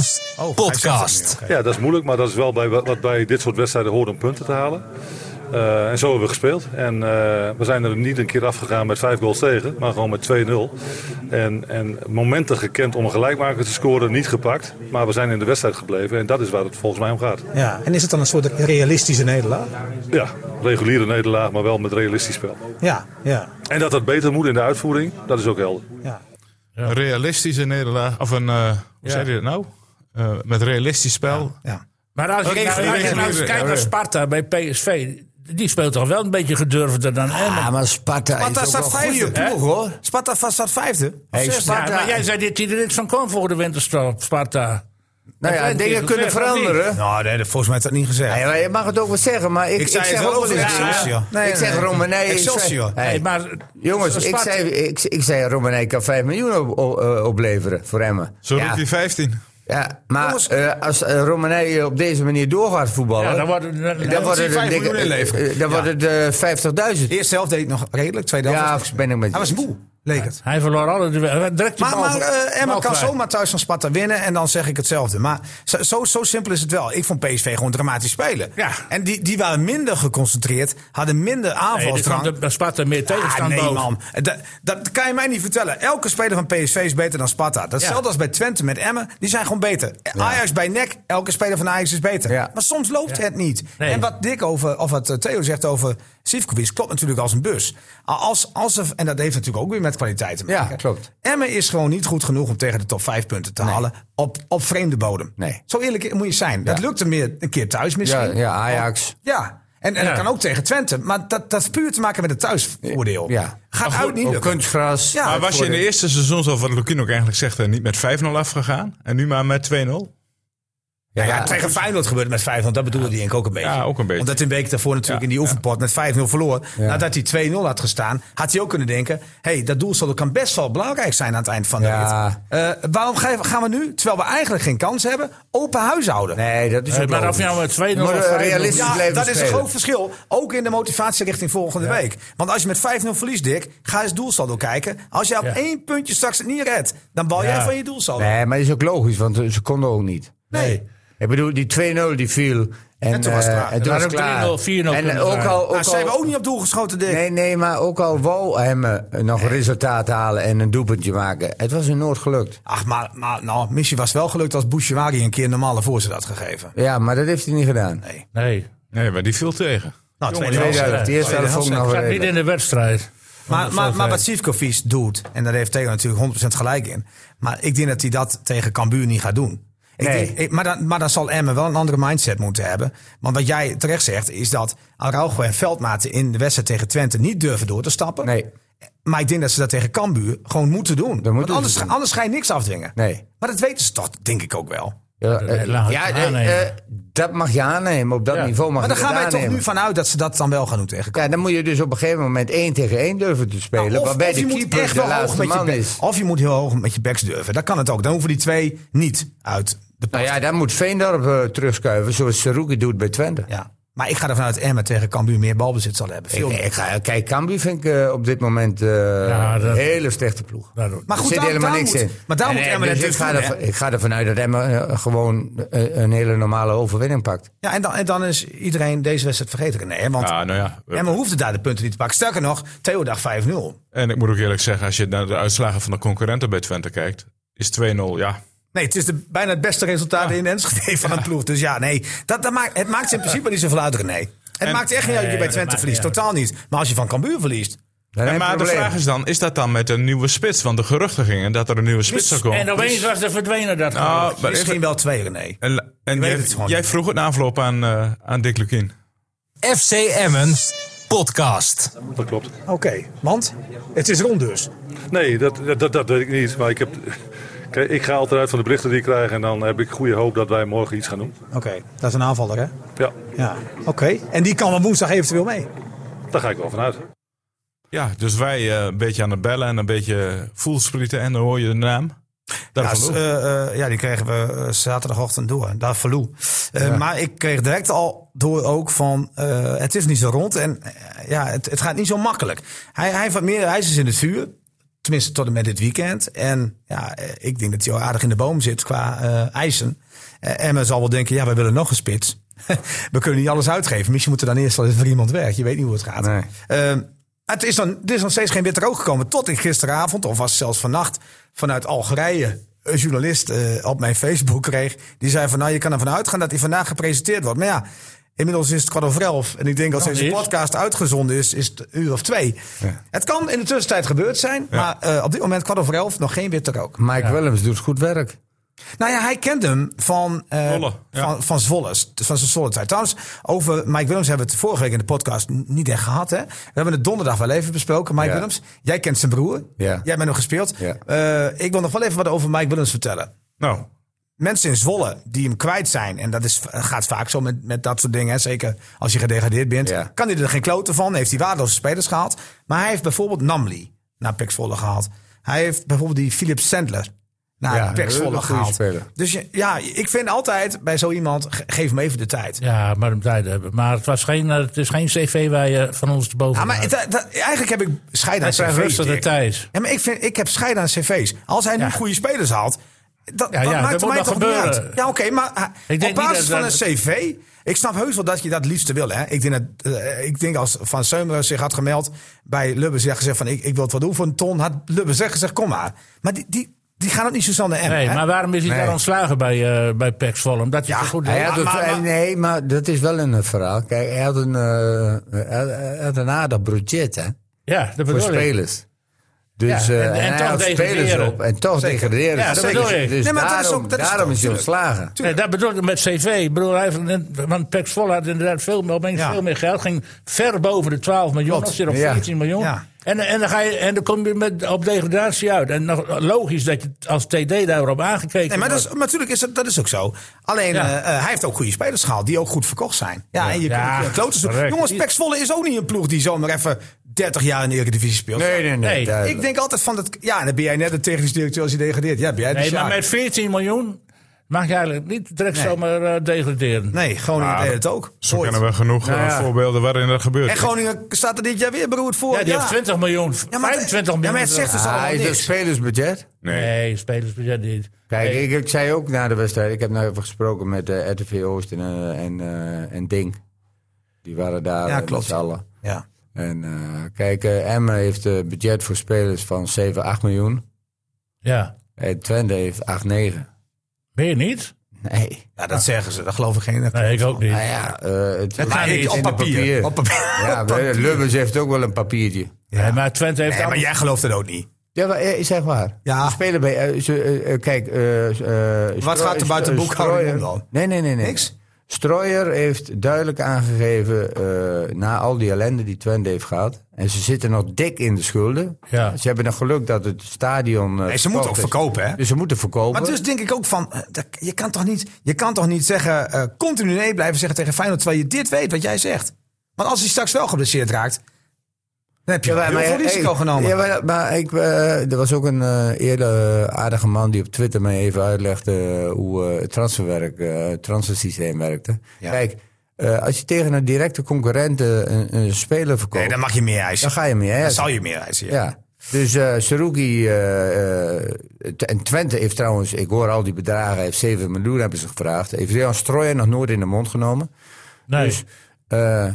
podcast. Ja, dat is moeilijk, maar dat is wel bij, wat wat bij dit soort wedstrijden hoort om punten te halen. Eh, en zo hebben we gespeeld. En eh, we zijn er niet een keer afgegaan met vijf goals tegen, maar gewoon met 2-0. En, en momenten gekend om een gelijkmaker te scoren, niet gepakt. Maar we zijn in de wedstrijd gebleven en dat is waar het volgens mij om gaat. Ja, en is het dan een soort realistische nederlaag? Ja, reguliere nederlaag, maar wel met realistisch spel. Ja, ja, En dat dat beter moet in de uitvoering, dat is ook helder. ja. Een realistische nederlaag. Of een, eh, hoe zei je dat nou? Eh, met realistisch spel. ja. Maar als je, Oké, nou- goed, als je goed, nou goed, eens goed. kijkt naar Sparta bij PSV, die speelt toch wel een beetje gedurfder dan Emmen. Ah, maar Sparta, Sparta is ook staat wel een goede vijfde, hè? ploeg, hoor. Sparta vast staat vijfde. Hey, Of zesde. Sparta- Ja, maar jij zei dit hij er niks van kon voor de winterstop, Sparta. Nou ja, Twente dingen is kunnen gezegd, of niet? veranderen. Nou, nee, dat- volgens mij is dat niet gezegd. Eh? Ja, maar je mag het ook wel zeggen, maar ik, Ik ik, zei zeg het wel ook wel over eens... Excelsior. Ja, Nee, ik zeg nee, nee. Romanei... ik zei- Excelsior. Hey, Nee, maar, Jongens, ik Sparta- zei, ik, ik zei Romanei kan 5 miljoen op, o- eh, opleveren voor Emmen. Zo ja, roept hij 15. ja, maar Jongens. eh, als eh, Romanei op deze manier door gaat voetballen... Ja, dan wordt het- dan- dan dan wordt zie het je een vijf dikke- miljoen inleveren. eh, eh, dan Ja. wordt het eh, 50.000. Eerst zelf deed het nog redelijk, tweede helft. Ja, was niks meer. ben ik met Hij was je. moe, leek het. Hij verloor alle duel. Direct die Maar, bal- maar eh, Emma bal kan kwijt. zomaar thuis van Sparta winnen en dan zeg ik hetzelfde. Maar zo, zo, zo simpel is het wel. Ik vond PSV gewoon dramatisch spelen. Ja. En die, die waren minder geconcentreerd, hadden minder Nee, er aanvalsdrang. kwam de- Sparta meer ah, tegenstand nee boven. man, dat, dat kan je mij niet vertellen. Elke speler van PSV is beter dan Sparta. Dat is Ja. Hetzelfde als bij Twente met Emmen, die zijn gewoon beter. Ajax bij NEC, elke speler van Ajax is beter. Ja. Maar soms loopt het niet. Nee. En wat Dick over, of wat eh, Theo zegt over Sivkovic, klopt natuurlijk als een bus. Als, als er, en dat heeft natuurlijk ook weer met kwaliteit te maken. Ja, klopt. Emmen is gewoon niet goed genoeg om tegen de top 5 punten te halen op, op vreemde bodem. Nee. Zo eerlijk moet je zijn. Dat Ja. lukt hem meer een keer thuis Ja, misschien. ja, Ajax. Ja, en, en Ja. dat kan ook tegen Twente. Maar dat, dat heeft puur te maken met het thuisvoordeel. Ja. Oh. Gaat Maar goed, uit niet Op lukken. kunstgras. Ja, maar was je in de eerste seizoen, zoals wat Lukien ook eigenlijk zegt, eh, niet met 5-0 afgegaan? En nu maar met 2-0? Ja, ja, tegen Feyenoord gebeurde het met 5-0. Dat bedoelde die Henk ook een beetje. Ja, ook een beetje. Omdat hij een week daarvoor natuurlijk Ja, in die oefenpot met 5-0 verloor. Ja. Nadat hij 2-0 had gestaan, had hij ook kunnen denken... hey, dat doelstelling kan best wel belangrijk zijn aan het eind van de Ja. rit. Eh, waarom ga- gaan we nu, terwijl we eigenlijk geen kans hebben, open huis houden? Nee, dat is Nee, ook maar of logisch. je nou met 2-0 Moet, of eh, 5-0 realistisch Ja, blijven dat is een spelen. groot verschil. Ook in de motivatie richting volgende week. Want als je met 5-0 verliest, Dick, ga eens doelsaldo kijken. Als jij op Ja. één puntje straks het niet redt, dan bal jij Ja. van je doelsaldo. Nee, maar dat is ook logisch, want eh, ze konden ook niet. Nee. Ik bedoel, die 2-0 die viel. En, En toen was het eh, klaar. En toen Het was had het ook klaar. 3-0, 4-0 En kunnen ook zijn. al... Ook Nou, ze hebben al- ook niet op doel geschoten, Dick. Nee, nee, maar ook al wou Emmen eh, nog resultaat halen en een doelpuntje maken. Het was in Noord gelukt. Ach, maar, maar nou, missie was wel gelukt als Bouchouari een keer een normale voorzet had gegeven. Ja, maar dat heeft hij niet gedaan. Nee, Nee, maar die viel tegen. Nou, Jongen, tweede helft. Tweede helft, de eerste Tweede helft vond ik nog staat wel niet in redelijk. de wedstrijd. Maar, maar, maar fijn. wat Sivkovic doet, en daar heeft Theo natuurlijk 100% gelijk in. Maar ik denk dat hij dat tegen Cambuur niet gaat doen. Ik Nee. denk- ik- maar, dan, maar dan zal Emmen wel een andere mindset moeten hebben. Want wat jij terecht zegt, is dat Araujo en Veldmaten in de wedstrijd tegen Twente niet durven door te stappen. Nee. Maar ik denk dat ze dat tegen Cambuur gewoon moeten doen. moeten Want ze anders, doen. anders ga je niks afdwingen. Nee. Maar dat weten ze toch, denk ik ook wel. Ja, eh, laat het ja, maar eh, aannemen. eh, dat mag je aannemen. Op dat Ja. niveau mag Maar je dan dat gaan wij toch aannemen. nu vanuit dat ze dat dan wel gaan doen tegen Ja, dan moet je dus op een gegeven moment één tegen één durven te spelen. Nou, waarbij de je moet keeper de echt wel hoog laatste met je man back- is. Of je moet heel hoog met je backs durven. Dat kan het ook. Dan hoeven die twee niet uit de Nou post. ja, dan moet Veendorp eh, terugskuiven zoals Seruki doet bij Twente. Ja. Maar ik ga ervan uit dat Emmen tegen Cambuur meer balbezit zal hebben. Veel Ik, meer. ik ga, kijk, Cambuur vind ik eh, op dit moment eh, dat- een hele slechte ploeg. Daar doen we. Maar goed, er zit daar- helemaal daar niks moet- in. maar daar En, moet eh, Emmen dus het ik, dus ga doen, ervan- hè? ik ga ervan uit dat Emmen eh, gewoon eh, een hele normale overwinning pakt. Ja, en, dan, en dan is iedereen deze wedstrijd vergeten. Nee, hè, want Ja, nou ja. Emmen hoefde daar de punten niet te pakken. Sterker nog, Theo dacht 5-0. En ik moet ook eerlijk zeggen, als je naar de uitslagen van de concurrenten bij Twente kijkt, is 2-0, ja. Nee, het is de, bijna het beste resultaat in Enschede van een ploeg. Dus ja, nee, dat, dat maakt, het maakt in principe niet zoveel uit, René. Het En- maakt echt niet uit dat je bij dat Twente maakt verliest. niet uit. Totaal niet. Maar als je van Cambuur verliest... Dan En heb je maar de problemen. vraag is dan, is dat dan met een nieuwe spits? Want de geruchten gingen dat er een nieuwe spits zou komen. En opeens was er verdwenen dat gerucht. Nou, maar even- Misschien wel twee, René. en, en weet jij, het gewoon jij niet. vroeg het na afloop aan, eh, aan Dick Lukien. FC Emmen podcast. Dat klopt. Oké, want? Het is rond dus. Nee, dat, dat, dat weet ik niet. Maar ik, heb, [LAUGHS] kijk, ik ga altijd uit van de berichten die ik krijg. En dan heb ik goede hoop dat wij morgen iets gaan doen. Oké, dat is een aanvaller, hè? Ja, Ja. Oké, en die kan dan woensdag eventueel mee. daar ga ik wel vanuit. Ja, dus wij eh, een beetje aan het bellen en een beetje voelsprieten en dan hoor je de naam. Ja, Daarvan s- ook. eh, eh, ja, die kregen we eh, zaterdagochtend door. Daar verloe. Eh, Maar ik kreeg direct al door ook van... eh, het is niet zo rond en eh, ja, het, het gaat niet zo makkelijk. Hij, hij, heeft wat meer, hij is in het vuur. Tenminste, tot en met dit weekend. En ja, eh, ik denk dat hij al aardig in de boom zit qua eh, eisen. Eh, Emma zal wel denken, ja, we willen nog een spits. [LAUGHS] we kunnen niet alles uitgeven. Misschien moet er dan eerst wel eens voor iemand weg. Je weet niet hoe het gaat. Nee. Ehm, het is dan, er is nog steeds geen witte rook gekomen. Tot ik gisteravond, of was het zelfs vannacht, vanuit Algerije een journalist eh, op mijn Facebook kreeg. Die zei van, nou, je kan ervan uitgaan dat hij vandaag gepresenteerd wordt. Maar ja, inmiddels is het kwart over elf. En ik denk als Nou, deze niet. podcast uitgezonden is, is het een uur of twee. Het kan in de tussentijd gebeurd zijn. Maar eh, op dit moment kwart over elf nog geen witte rook. Mike Willems doet goed werk. Nou ja, hij kent hem van, eh, Zwolle, ja. van, van Zwolle. s- Van zijn Zwolle tijd. Trouwens, over Mike Willems hebben we het vorige week in de podcast n- niet echt gehad. Hè? We hebben het donderdag wel even besproken. Mike Ja. Willems, jij kent zijn broer. Ja. Jij bent nog gespeeld. Ja. Eh, ik wil nog wel even wat over Mike Willems vertellen. Nou, Mensen in Zwolle die hem kwijt zijn, en dat is, gaat vaak zo met, met dat soort dingen, hè, zeker als je gedegradeerd bent, Ja. kan hij er geen kloten van, heeft hij waardeloze spelers gehaald. Maar hij heeft bijvoorbeeld Namli naar Pek Zwolle gehaald. Hij heeft bijvoorbeeld die Philip Sandler naar Ja, ja, Pek een hele Zwolle goede gehaald. speler. Dus je- ja, ik vind altijd bij zo iemand, ge- geef hem even de tijd. Ja. Ja, maar hem tijd hebben. Maar het, was geen, eh, het is geen cv waar je van ons te boven Ah, maar gaat. het- dat- eigenlijk heb ik scheid aan Het zijn cv's. rustige Dick. tijds. Ja, maar ik, vind, ik heb scheid aan cv's. Als hij nu Ja. goede spelers haalt, dat, Ja, dat ja, maakt dat er moet mij nog toch niet uit. gebeuren. Ja, oké, maar eh, denk op niet basis dat- van dat- een cv... Ik snap heus wel dat je dat liefste wil. Hè? Ik, denk dat, eh, ik denk als Van Seumeren zich had gemeld bij Lubbers... en gezegd van ik, ik wil het wel doen voor een ton... had Lubbers echt gezegd kom maar. Maar die, die, die gaan ook niet zo snel naar Emmen. Nee, hè? maar waarom is hij Nee. daar ontslagen bij, eh bij Pax Vollum? Dat is Ja, een goed Hij deed. had het, maar- eh, maar- nee, maar dat is wel een eh, verhaal. Kijk, hij had een, eh, hij- hij had een aardig budget hè, Ja, dat voor bedoel ik. spelers. Dus, Ja, eh, en- en, en hij toch had spelers degraderen. op en toch degraderen. Ja, dat Dus- bedoel ik. Dus Nee, maar dat is daarom, ook- dat is daarom toch- is hij ontslagen. Nee, dat bedoel ik met cv. Ik Bedoel, hij heeft- want Pax Vollum had inderdaad veel meer, opeens Ja. veel meer geld. Ging ver boven de 12 miljoen. Klopt. Als je op Ja. 14 miljoen. Ja. En, en, dan ga je, en dan kom je met, op degradatie uit. En nog, logisch dat je als TD daarop aangekeken Nee, maar dat wordt. is, maar natuurlijk is dat, dat is ook zo. Alleen, Ja. eh, eh, hij heeft ook goede spelers gehaald die ook goed verkocht zijn. Ja, en je Ja, kunt kloten zoeken. correct. Jongens, Pek Zwolle is ook niet een ploeg die zomaar even 30 jaar in de Eredivisie speelt. Nee, nee, Nee, nee. ik Ik duidelijk. denk altijd van dat. Ja, en dan ben jij net de technisch directeur als je degradeert. Ja, ben jij de Nee, maar sjaak. met 14 miljoen mag je eigenlijk niet direct Nee. Nou, zomaar eh, degraderen. Nee, Groningen Maar- deed het Nou ook. zo Ooit. kennen we genoeg eh, ja. voorbeelden waarin dat gebeurt. En Groningen staat er dit jaar weer beroerd voor. Ja, die heeft 20 miljoen, Ja, maar- 25 Ja, miljoen. maar het zegt dus Ah, allemaal hij is een niks. spelersbudget. Nee. Nee, spelersbudget niet. Kijk, Nee. ik, ik zei ook na de wedstrijd, ik heb nou even gesproken met eh, RTV Oost en, eh, en, eh, en Ding. Die waren daar Ja, eh, met klopt. z'n allen. Ja. En eh, kijk, eh, Emmen heeft een budget voor spelers van 7, 8 miljoen. Ja, En Twente heeft 8, 9. meer niet? Nee. ja, dat zeggen ze. Dat geloof ik geen. Nee, ik ook niet. Nou ja, eh, het Dat gaat het niet. is Op in de papier. [LAUGHS] Op papier. Ja, maar Lubbers heeft ook wel een papiertje. Nee, maar Twente heeft... Nee, maar allemaal- jij gelooft het ook niet. Ja, maar eh, zeg maar. Ja. Ze spelen bij... eh, ze, eh, eh, kijk, eh, eh, Strooi- Ah. gaat er buiten Strooi- boekhouding Strooijer- om dan? Nee, nee, nee. nee. Niks? Strooier heeft duidelijk aangegeven, eh, na al die ellende die Twente heeft gehad... en ze zitten nog dik in de schulden. Ja. Ze hebben nog geluk dat het stadion... eh, Nee, ze moeten ook verkocht is. verkopen, hè? Dus ze moeten verkopen. Maar dus denk ik ook van, eh, dat- je kan toch niet, je kan toch niet zeggen, eh, continu nee blijven zeggen tegen Feyenoord, terwijl je dit weet wat jij zegt. Want als hij straks wel geblesseerd raakt, dan heb je wel Jawel, heel maar veel ja, risico ik- genomen. jawel, maar ik, eh, er was ook een eh, eerder eh, aardige man die op Twitter mij even uitlegde eh, hoe eh, het transferwerk, eh, het transfersysteem werkte. Ja. Kijk, eh, als je tegen een directe concurrent eh, een, een speler verkoopt, nee, dan mag je meer dan eisen. ga je mee. Hè? Dan zal je meer eisen. ja. Ja. Dus eh Saruki eh, eh, t- en Twente heeft trouwens, ik hoor al die bedragen, heeft 7 miljoen hebben ze gevraagd. Heeft Leon Strooijer nog nooit in de mond genomen. Nee. Dus, eh, eh,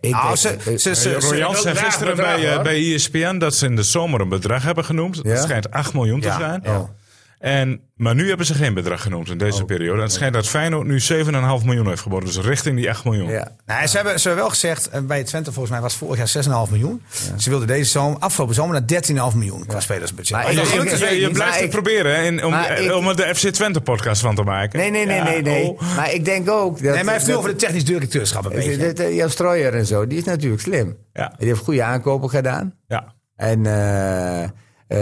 ik Nou, denk- ze, ze, ze, ze- Royan ook zei graag gisteren bedragen, bij, eh, hoor. bij ESPN dat ze in de zomer een bedrag hebben genoemd. Het Ja? schijnt 8 miljoen te Ja, zijn. ja. Oh. En, maar nu hebben ze geen bedrag genoemd in deze periode. En het schijnt dat Feyenoord nu 7,5 miljoen heeft geboden. Dus richting die 8 miljoen. ja. nee, ze, hebben, ze hebben wel gezegd, eh, bij Twente volgens mij was vorig jaar 6,5 miljoen. Ze wilden deze zomer, afgelopen zomer naar 13,5 miljoen qua spelersbudget. Maar Maar ik- dat- ik- Je, weet je niet, blijft maar het ik- proberen hè, in- om, maar eh, ik- om er de FC Twente podcast van te maken. Nee, nee, nee, nee, nee. oh. Maar ik denk ook dat. nee, maar hij heeft nu dat- over de technisch directeurschap een beetje. dat- dat- Jan Strooijer en zo, die is natuurlijk slim. Ja. Die heeft goede aankopen gedaan. Ja. En, eh, Eh,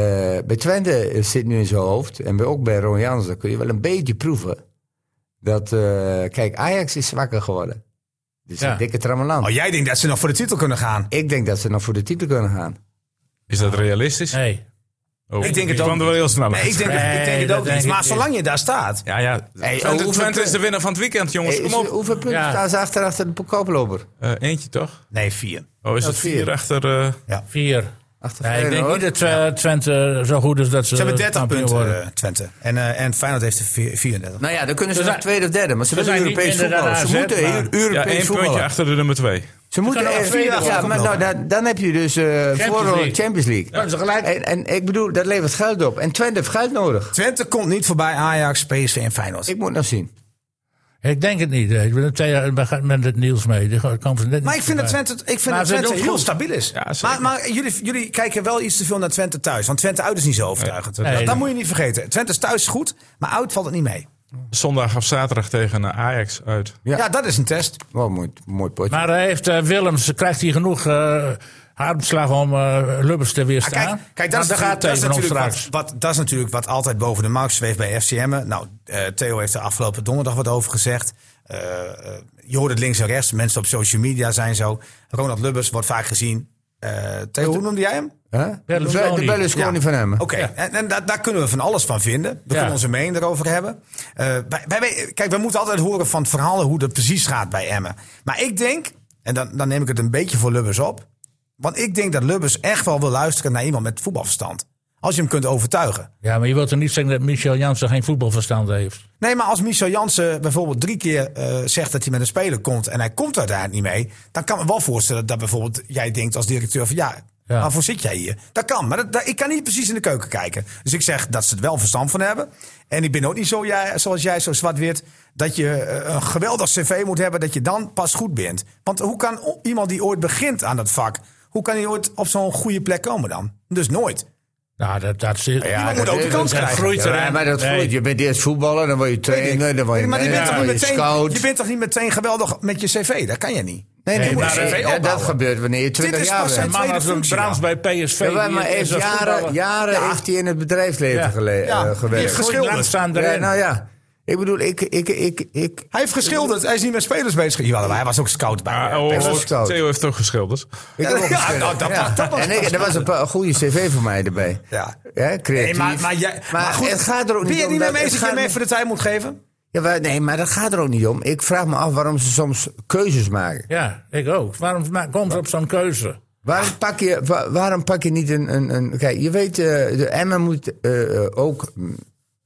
bij Twente eh, zit nu in zijn hoofd, en bij, ook bij Ron Jans, dat kun je wel een beetje proeven. Dat, eh, kijk, Ajax is zwakker geworden. Dit is Ja. een dikke trammeland. Oh, jij denkt dat ze nog voor de titel kunnen gaan? Ik denk dat ze nog voor de titel kunnen gaan. Is dat realistisch? Nee. Oh, Ik denk het die ook kwam er wel heel snel Nee, uit. ik denk, Nee, ik denk het dat ook denk niet. ik Maar niet. zolang je daar staat. Ja, ja. Hey, Twente, oh, hoeveel Twente is punten- de winnaar van het weekend, jongens. Hey, Kom op. is- hoeveel punten Ja. staan Eh, ze achter achter de koploper? Eh, eentje toch? Nee, vier. Oh, is Ja, het vier, vier. achter... eh, Vier. Achter Nee, ik denk Feyenoord? niet dat eh, Twente zo goed is dat ze, Ze hebben 30 kampioen punten, worden. eh, Twente. En, eh en Feyenoord heeft er vier- 34. Nou ja, dan kunnen ze Ze nog zijn- tweede of derde, maar ze ze willen zijn niet Europees minder dan voetballen. Ze AZ, moeten maar- Eu- ja, Europees één puntje voetballen. achter de nummer twee. Ze moeten kunnen eh, nog vier ja, dagen maar nou, oplopen. dan, dan heb je dus eh voor League. Champions League. Ja, dat is gelijk. En, en ik bedoel, dat levert geld op. En Twente heeft geld nodig. Twente komt niet voorbij Ajax, PSV en Feyenoord. Ik moet nog zien. Ik denk het niet. eh. Ik ben het twee jaar met het nieuws mee. Die kan ze net niet Maar ik vind dat voorbij. Twente, ik vind Maar dat ze Twente doen het heel goed. stabiel is. Ja, zeker. maar maar jullie, jullie kijken wel iets te veel naar Twente thuis. Want Twente uit is niet zo overtuigend. Nee, dat dat nee. moet je niet vergeten. Twente is thuis goed, maar uit valt het niet mee. Zondag of zaterdag tegen eh, Ajax uit. Ja, Ja. dat is een test. Wel mooi, mooi potje. Maar eh, heeft eh, Willems, krijgt hij genoeg eh hartslag om eh Lubbers te Ah, weerstaan? kijk, kijk dat, is, Want daar natuurlijk- gaat dat, is tegen ons natuurlijk straks. wat, wat, dat is natuurlijk wat altijd boven de markt zweeft bij FCM'en. Nou, eh, Theo heeft er afgelopen donderdag wat over gezegd. Eh, eh, je hoort het links en rechts. Mensen op social media zijn zo. Ronald Lubbers wordt vaak gezien. Eh, Theo, hoe noemde jij hem? Hè? Berlusconi. De Berlusconi Ja. van hem. Oké, en, en daar- daar kunnen we van alles van vinden. We kunnen onze mening erover hebben. Eh, wij- wij- wij- kijk, we moeten altijd horen van het verhaal hoe dat precies gaat bij Emmen. Maar ik denk, en dan, dan neem ik het een beetje voor Lubbers op. Want ik denk dat Lubbers echt wel wil luisteren naar iemand met voetbalverstand. Als je hem kunt overtuigen. Ja, maar je wilt er niet zeggen dat Michel Jansen geen voetbalverstand heeft. Nee, maar als Michel Jansen bijvoorbeeld drie keer eh, zegt dat hij met een speler komt. en hij komt uiteindelijk niet mee. dan kan ik me wel voorstellen dat bijvoorbeeld jij denkt als directeur van ja. Ja. Waarvoor zit jij hier? Dat kan, maar dat, dat- ik kan niet precies in de keuken kijken. Dus ik zeg dat ze het wel verstand van hebben. En ik ben ook niet zo jij, zoals jij, zo zwart wit dat je eh, een geweldig cv moet hebben, dat je dan pas goed bent. Want hoe kan o- iemand die ooit begint aan dat vak, hoe kan hij ooit op zo'n goede plek komen dan? Dus nooit. Nou, dat, dat zit. iemand moet ook de kans dat krijgen. groeit erin. Ja, maar dat Nee. groeit. Je bent eerst voetballer, dan word je trainer, dan word je, maar je bent, manager, toch dan niet word je meteen, scout. je bent toch niet meteen geweldig met je cv? Dat kan je niet. nee, nee, Nee, maar maar dat- even dat, dat opbouwen. gebeurt wanneer je is 20 jaar pas bent. een Man tweede als een functie Brans dan. bij PSV. Ja, maar die hij heeft is als jaren, voetballer- jaren Ja. heeft hij in het bedrijfsleven Ja. gele- eh, Ja, die heeft gewerkt. geschilderd. Groeit langzaam erin. Ja, nou ja. Ik bedoel, ik, ik, ik, ik, Hij heeft geschilderd. Hij is niet met spelers bezig. Jawel, maar hij was ook scout bij. Ah, eh, oh, bij- dat is koud. Theo heeft ook geschilderd. Ik heb ook Ja, een nou, dat- ja. dat was- En ik, er was een paar- een goede cv voor mij erbij. Ja. Ja, creatief. Nee, maar, maar, jij, Maar het gaat er ook Ben niet je om dat- niet mee mee het eens dat je hem gaat- even de tijd moet geven? Ja, maar- nee, maar dat gaat er ook niet om. Ik vraag me af waarom ze soms keuzes maken. Ja, ik ook. Waarom ma- komt ze op zo'n keuze? Waarom pak je, wa- waarom pak je niet een... een, een kijk, je weet, eh, de Emmen moet eh, eh, ook... mm,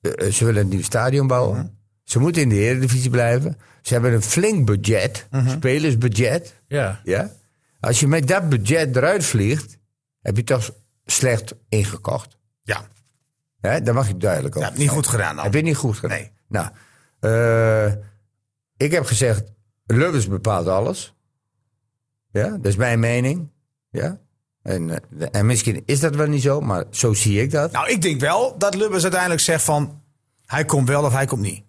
eh, eh, ze willen een nieuw stadion bouwen. Mhm. Ze moeten in de Eredivisie blijven. Ze hebben een flink budget. Mhm. Spelersbudget. Ja. Ja? Als je met dat budget eruit vliegt... heb je toch slecht ingekocht. Ja. Hè, daar mag je duidelijk over ja niet goed gedaan dan. Heb je niet goed gedaan? Nee. Nou, eh, ik heb gezegd, Lubbers bepaalt alles. Ja, dat is mijn mening. Ja. En, eh, en misschien is dat wel niet zo, maar zo zie ik dat. Nou, ik denk wel dat Lubbers uiteindelijk zegt van... Hij komt wel of hij komt niet.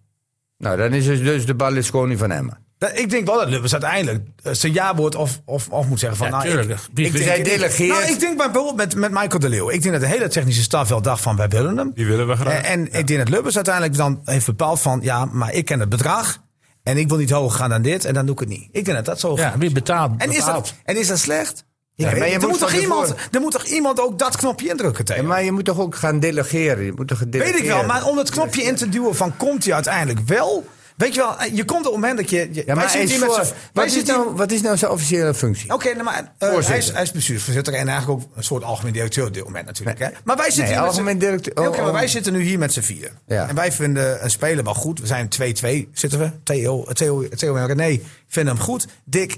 Nou, dan is het dus de Berlusconi van Emma. Dat- Ik denk wel dat Lubbers uiteindelijk eh, zijn jaarwoord of, of, of moet zeggen van... Ja, nou, ik- tuurlijk. Die- die- ik denk- zij Dus delegeert. Nou, ik denk bijvoorbeeld met, met Michael de Leeuw. Ik denk dat de hele technische staf wel dacht van wij willen hem. Eh, Die willen we graag. En, en ik denk dat Lubbers uiteindelijk dan heeft bepaald van... ja, maar ik ken het bedrag en ik wil niet hoger gaan dan dit... en dan doe ik het niet. Ik denk dat dat zo Ja, wie betaalt? En is, dat, bepaalt. en is dat slecht? Ja, Ik maar weet je niet. er, moet moet toch van iemand, tevoren- er moet toch iemand ook dat knopje indrukken tegen? Maar je moet toch ook gaan delegeren? Je moet toch Weet ik wel, delegeren? maar om dat knopje in te duwen van komt hij uiteindelijk wel? Weet je wel, eh, je komt op het moment dat je... je Ja, maar wij zitten hij is hier met voor- z'n- wij wat, is zitten hier- nou, wat is nou zijn officiële functie? Oké, nou, maar eh, Voorzitter. hij, is, hij is bestuursvoorzitter en eigenlijk ook een soort algemeen directeur op dit moment natuurlijk. Hè? Maar wij zitten Nee, hier met algemeen z'n- directeur- Nee, Oké, oh, maar wij oh. zitten nu hier met z'n vier. Ja. En wij vinden een speler wel goed. We zijn 2-2 zitten we. Theo, Theo, Theo en René vinden hem goed. Dick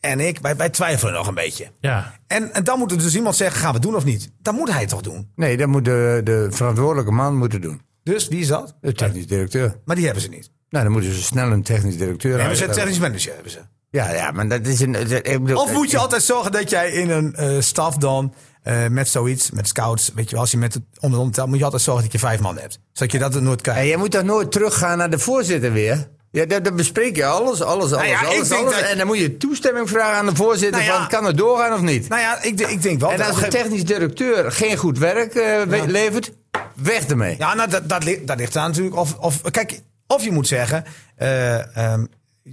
en ik, wij, wij twijfelen nog een beetje. Ja. En, en dan moet er dus iemand zeggen, gaan we het doen of niet? Dan moet hij het toch doen. Nee, dat moet de, de verantwoordelijke man moeten doen. Dus wie is dat? De technisch directeur. Maar die hebben ze niet. Nou, dan moeten ze snel een technisch directeur Hebben ze een aanstellen. technisch manager? Hebben ze. Ja, ja, maar dat is een... dat- ik bedoel- eh, Of moet je altijd zorgen dat jij in een eh, staf dan eh, met zoiets, met scouts, weet je wel, als je met het onder de telt, moet je altijd zorgen dat je vijf man hebt. Zodat je dat er nooit En krijgt. je moet toch nooit teruggaan naar de voorzitter weer? Ja, daar, daar bespreek je alles, alles, alles, Nou ja, ik alles. denk alles. dat- En dan moet je toestemming vragen aan de voorzitter Nou ja. van kan het doorgaan of niet. Nou ja, ik, ik denk wel. en dat als op een de gegeven- technisch directeur geen goed werk eh, we- levert, weg ermee. Ja, nou, dat, dat, li- dat ligt aan natuurlijk. Of, of, kijk, of je moet zeggen. eh, ehm,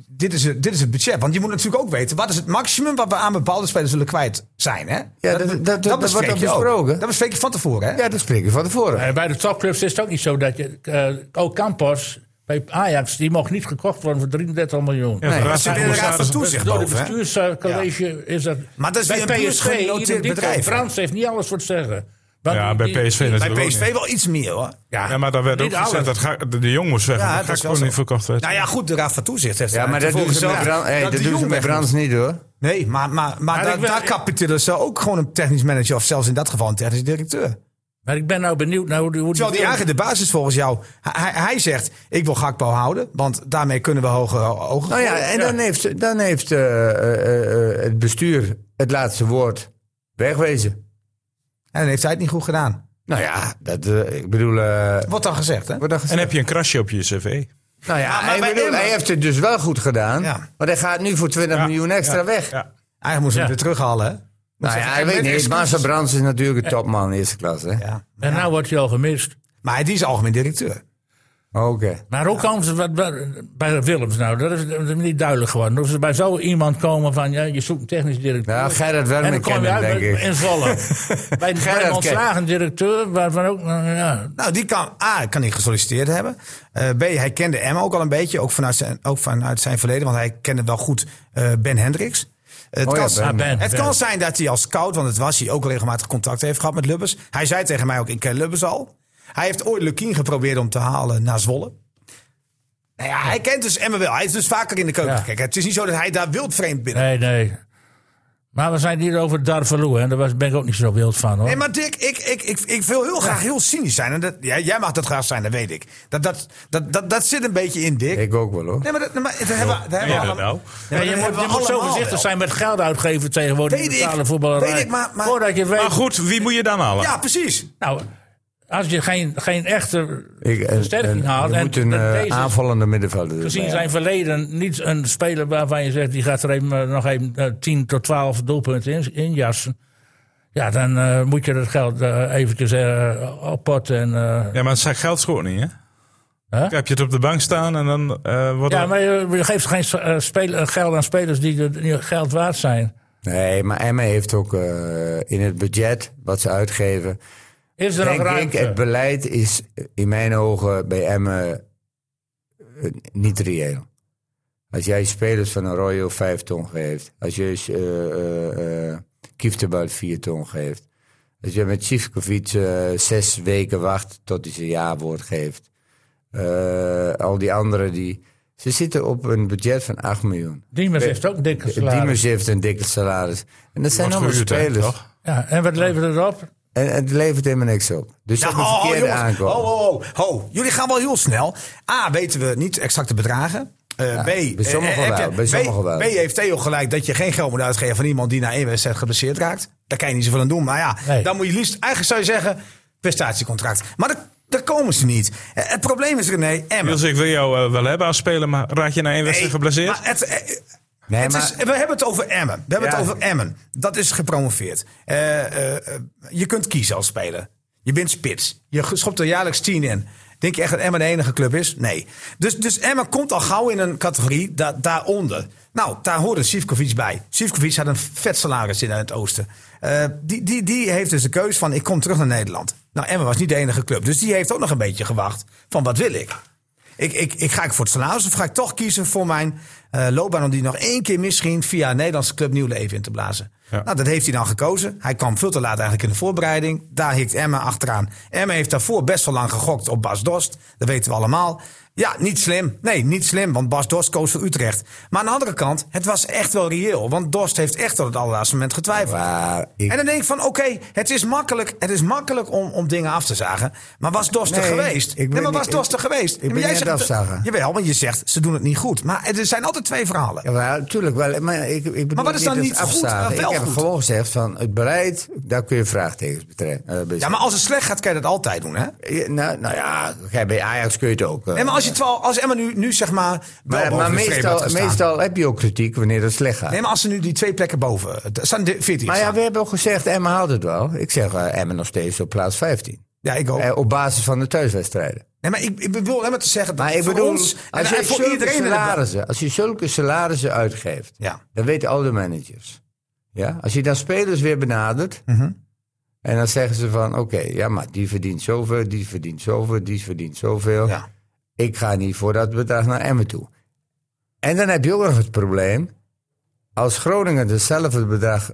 dit is, het, dit is het budget. Want je moet natuurlijk ook weten. wat is het maximum wat we aan bepaalde spelers zullen kwijt zijn. Hè? dat- dat- dat- dat wordt bespreek ook je ook. besproken. Dat bespreek je van tevoren. Hè? Ja, dat spreek je van tevoren. Eh, bij de topclubs is het ook niet zo dat je. eh ook Campos bij Ajax, die mocht niet gekocht worden voor 33 miljoen. Ja, de Nee, Raad ze van willen raad van Commissarissen. toezicht Door het boven. hè? bestuurscollege is dat. Maar dat is bij weer een PSV, beursgenoteerd ieder die- bedrijf, hè? Frans heeft niet alles voor te zeggen. Want Ja, bij die- PSV natuurlijk Bij ook niet. PSV wel iets meer hoor. Ja, maar daar werd ook Niet gezegd alles. dat Ga- de, de jong moest weg. Ja, Ja, dat dat is wel gewoon zo. niet verkocht werd. Nou ja, goed, de Raad van Toezicht heeft Ja, maar dat doen tevoren ze met, gezegd Bran- hey, dat dat de doen ze Jong met weg moet. Brans niet hoor. Nee, maar, maar, maar, ik daar, ben- daar ik- kapitelen ze ook gewoon een technisch manager... of zelfs in dat geval een technisch directeur. Maar ik ben nou benieuwd naar hoe die. hoe die- Terwijl die eigenlijk de basis volgens jou... Hij, hij zegt, ik wil Gakpo houden, want daarmee kunnen we hoge ogen... Nou ja, en dan heeft, dan heeft eh, eh, eh, het bestuur het laatste woord wegwezen. En dan heeft hij het niet goed gedaan. Nou ja, dat, eh, ik bedoel... eh, Wordt dan gezegd, hè? wordt dat gezegd? En heb je een krasje op je cv? nou ja, maar bij hij, bedoelt, Emma- hij heeft het dus wel goed gedaan. Ja. Maar hij gaat nu voor 20 Ja, miljoen extra ja, weg. Ja. Eigenlijk moest hij Ja. hem weer terughalen, hè? Nou ja, ik Met weet niet. excuses. Marcel Brands is natuurlijk een topman in eerste klasse. hè? Ja. En nou wordt hij al gemist. Maar hij die is algemeen directeur. Ah, Oké. Maar hoe komen ze wat- wat- bij Willems nou? Dat is, dat is niet duidelijk geworden. Hoe ze bij zo iemand komen van ja, je zoekt een technisch directeur. Nou, Gerrit en Werner dan kom kent je hem, uit denk bij- ik. in [LAUGHS] Zwolle. bij, bij ken- een ontslagen directeur waarvan ook. nou, ja, Nou, die kan, A, kan hij gesolliciteerd hebben. Eh, B, hij kende Emma ook al een beetje, ook vanuit zijn, ook vanuit zijn verleden. Want hij kende wel goed eh, Ben Hendricks. Het, Oh ja, kan, Ben. Ah, Ben, het Ben. kan zijn dat hij als scout, want het was hij, ook regelmatig contact heeft gehad met Lubbers. Hij zei tegen mij ook, ik ken Lubbers al. Hij heeft ooit Lukien geprobeerd om te halen naar Zwolle. Nou ja, hij kent dus Emma wel. Hij is dus vaker in de keuken Ja. gekeken. Het is niet zo dat hij daar wildvreemd binnen... Nee, nee. Maar we zijn hier over Darvalu, hè? Daar was- ben ik ook niet zo wild van, hoor. Nee, maar Dick, ik, ik, ik, ik wil heel graag heel cynisch zijn. En dat, ja, jij mag dat graag zijn, dat weet ik. Dat, dat, dat, dat, dat zit een beetje in, Dick. Ik ook wel hoor. Nee, maar dat, maar dat hebben we, dat hebben Ja, we dat allemaal. nou. Nee, Ja, maar je dat moet, hebben je we moet zo allemaal voorzichtig wel. zijn met geld uitgeven tegenwoordig in Weet de ik, betalen voetballerij. weet ik, maar- maar- Voordat je het weet... Maar goed, wie moet je dan halen? Ja, precies. Nou, als je geen, geen echte Ik, eh, versterking eh, haalt... je en moet een met eh, deze, aanvallende middenvelder. erbij gezien hebben. zijn verleden, niet een speler waarvan je zegt... die gaat er even, eh, nog even eh, 10 tot 12 doelpunten in, injassen. Ja, dan eh, moet je dat geld eh, eventjes eh, oppotten en... eh, Ja, maar het zijn geld schoot niet, hè? Hè? Heb je het op de bank staan en dan eh wordt Ja, het... maar je je geeft geen sp- eh, spel- eh, geld aan spelers die er- die geld waard zijn. Nee, maar Emma heeft ook eh, in het budget wat ze uitgeven. Is er nog Denk ik, eh, ruimte? het beleid is eh, in mijn ogen bij Emmen eh, niet reëel. Als jij spelers van Arroyo 5 ton geeft, als je eh eh, eh, Kieftenbelt 4 ton geeft, als je met Sivkovic eh, zes weken wacht tot hij zijn ja-woord geeft, Eh, al die anderen die. Ze zitten op een budget van 8 miljoen. Diemers heeft ook dikke salaris. Diemers heeft een dikke salaris. En dat zijn wordt allemaal gehuurd, hè, spelers. toch? Ja, en wat levert het op? En het levert helemaal niks op. Dus dat Nou, is een oh, verkeerde jongens, aankoop. ho, ho, ho, ho. Jullie gaan wel heel snel. A, weten we niet exact de bedragen. Eh, B, bij sommigen wel, bij sommigen wel. B heeft Theo gelijk dat je geen geld moet uitgeven van iemand die na één wedstrijd geblesseerd raakt. Daar kan je niet zoveel aan doen. Maar ja, Nee. dan moet je liefst, eigenlijk zou je zeggen, prestatiecontract. Maar daar- daar komen ze niet. Eh, het probleem is, René, Emmen. Niels, ik wil jou eh, wel hebben als speler, maar raak je na één wedstrijd Nee, geblesseerd? maar het- eh, Nee, het maar, is- we hebben het over Emmen. We hebben Ja. het over Emmen. Dat is gepromoveerd. Eh, eh, eh, je kunt kiezen als speler. Je bent spits. Je ge- schopt er jaarlijks tien in. Denk je echt dat Emmen de enige club is? Nee. Dus, dus Emmen komt al gauw in een categorie da- daaronder. Nou, daar hoorde Sivkovic bij. Sivkovic had een vet salaris in het oosten. Eh, die, die, die heeft dus de keuze van ik kom terug naar Nederland. Nou, Emmen was niet de enige club. Dus die heeft ook nog een beetje gewacht van wat wil ik? Ik, ik, ik ga ik voor het salaris of ga ik toch kiezen voor mijn eh, loopbaan om die nog één keer misschien via een Nederlandse club nieuw leven in te blazen. Ja. Nou, dat heeft hij dan gekozen. Hij kwam veel te laat eigenlijk in de voorbereiding. Daar hikt Emma achteraan. Emma heeft daarvoor best wel lang gegokt op Bas Dost. Dat weten we allemaal. Ja, niet slim. Nee, niet slim, want Bas Dost koos voor Utrecht. Maar aan de andere kant, het was echt wel reëel. Want Dost heeft echt tot het allerlaatste moment getwijfeld. maar ik, En dan denk ik van, oké, het is makkelijk, het is makkelijk om, om dingen af te zagen. Maar was Dost er Nee, geweest? ik Nee, ben maar niet- was Dost er ik- geweest? ik Ja, maar ben jij niet aan het zegt- afzagen. Jawel, want je zegt, ze doen het niet goed. Maar er zijn altijd twee verhalen. ja, maar, tuurlijk wel. Maar, ik, ik bedoel Maar wat is dan als niet goed, afzagen. maar wel Ik heb goed? gewoon gezegd van het beleid, daar kun je vraagtekens betre- eh, bij Ja, maar als het slecht gaat, kan je dat altijd doen, hè? zetten. Ja, Nou, nou ja, kijk, bij Ajax kun je het ook. eh, Nee, maar als je je 12, als Emma nu, nu zeg maar. wel Maar, boven maar de streep had meestal, gestaan. meestal heb je ook kritiek wanneer het slecht gaat. Nee, maar als ze nu die twee plekken boven. het staan de 14. maar ja, staan. we hebben al gezegd, Emma haalt het wel. Ik zeg eh, Emma nog steeds op plaats 15. ja, ik ook. Eh, op basis van de thuiswedstrijden. Nee, maar ik, ik bedoel alleen maar te zeggen dat Maar ik voor bedoel, ons en, als, je en voor zulke iedereen. inderdaad- salarissen, als je zulke salarissen uitgeeft, Ja. dat weten al de managers. Ja? Als je dan spelers weer benadert, Mhm. en dan zeggen ze van, oké, ja, maar die verdient zoveel, die verdient zoveel, die verdient zoveel. Ja. Ik ga niet voor dat bedrag naar Emmen toe. En dan heb je ook nog het probleem, als Groningen hetzelfde bedrag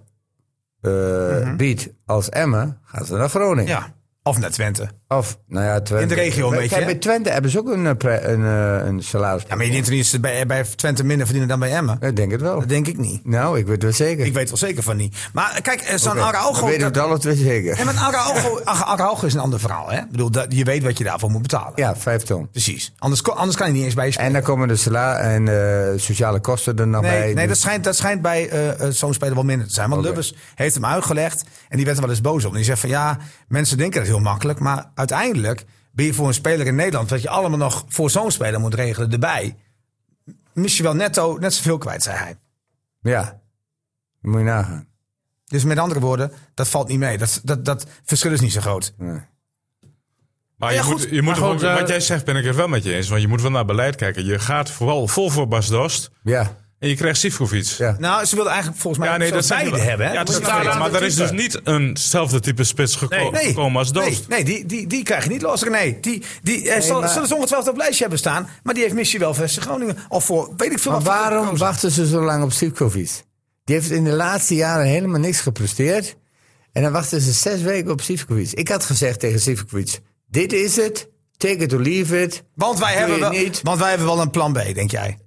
eh, biedt als Emmen, gaan ze naar Groningen. Mhm. ja, of naar Twente. Of, nou ja, Twente. In de regio een Kijk, beetje, hè? Bij Twente hebben ze ook een, eh, pre- een, eh, een salaris. Ja, maar je denkt er niet dat ze bij, bij Twente minder verdienen dan bij Emmen? Ik denk het wel. Dat denk ik niet. Nou, ik weet wel zeker. Ik weet wel zeker van niet. Maar kijk, eh, zo'n Oké, Araujo... We weten het alle twee zeker. Ja, maar [LAUGHS] Araujo, Ara- Araujo is een ander verhaal, hè? Ik bedoel, dat, je weet wat je daarvoor moet betalen. Ja, vijf ton. Precies. Anders, ko- anders kan je niet eens bij je spelen. En dan komen de sala en eh, sociale kosten er nog bij. Nee, nee Dus- dat, schijnt, dat schijnt bij eh, eh, zo'n speler wel minder te zijn. Want Oké. Lubbers heeft hem uitgelegd en die werd er wel eens boos om. Die zegt van ja, mensen denken dat heel makkelijk. Maar uiteindelijk ben je voor een speler in Nederland... wat je allemaal nog voor zo'n speler moet regelen erbij... mis je wel netto net zoveel kwijt, zei hij. Ja, Dat moet je nagaan. Dus met andere woorden, dat valt niet mee. Dat, dat, dat verschil is niet zo groot. Maar je Ja, moet, goed. je moet Maar goed, wel- eh, wat jij zegt ben ik het wel met je eens. Want je moet wel naar beleid kijken. Je gaat vooral vol voor Bas Dost. Ja, En je krijgt Sivkovic. Ja. Nou, ze wilden eigenlijk volgens mij Ja, nee, zo dat zijn beide wel- hebben. hè? Ja, dat Moet je snap ik. nagaan. maar daar is dus niet eenzelfde type spits geko- gekomen als Dost. nee, nee die, die, die krijg je niet los. Nee, die, die eh, zal- maar- zullen ze ongetwijfeld op het lijstje hebben staan. Maar die heeft misschien wel versus Groningen. Of voor, weet ik veel maar wat voor waarom gekozen. wachten ze zo lang op Sivkovic? Die heeft in de laatste jaren helemaal niks gepresteerd. En dan wachten ze zes weken op Sivkovic. Ik had gezegd tegen Sivkovic, dit is het, take it or leave it. Want wij, Doe hebben je wel, niet. want wij hebben wel een plan B, denk jij.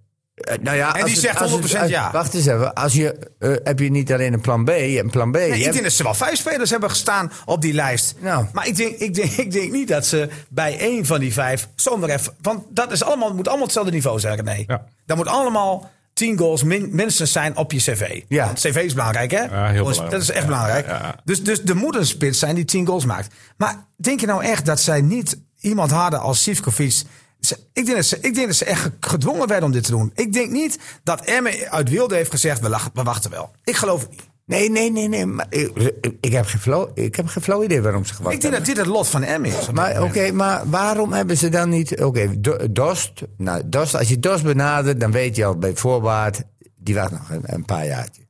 Eh, nou ja, En als die het- zegt als het- 100% als- ja. Wacht eens even, als je, eh, heb je niet alleen een plan B, je hebt een plan B. je Nee, ik hebt- denk dat ze wel vijf spelers hebben gestaan op die lijst. Nou. Maar ik denk, ik, denk, ik denk niet dat ze bij één van die vijf zomaar even... Want dat is allemaal, het moet allemaal hetzelfde niveau zijn, nee. Ja. Dat moet allemaal tien goals min- minstens zijn op je cv. Ja. Want cv is belangrijk, hè? heel Jongens, belangrijk. Dat is echt Ja, belangrijk. ja, ja. Dus, dus er moet een spits zijn die tien goals maakt. Maar denk je nou echt dat zij niet iemand hadden als Sivkovic... Ze- Ik denk, dat ze, ik denk dat ze echt ge- gedwongen werden om dit te doen. Ik denk niet dat Emme uit Wilde heeft gezegd: we, lachen- we wachten wel. Ik geloof het niet. Nee, nee, nee, nee. Maar ik, ik heb geen flauw, ik heb geen flauw idee waarom ze gewacht Ik denk dat dit het lot van Emmen is. Maar oké, maar waarom hebben ze dan niet... Oké, Do- Dost, nou, Dost, als je Dost benadert, dan weet je al bij voorbaat... die wacht nog een, een paar jaartje.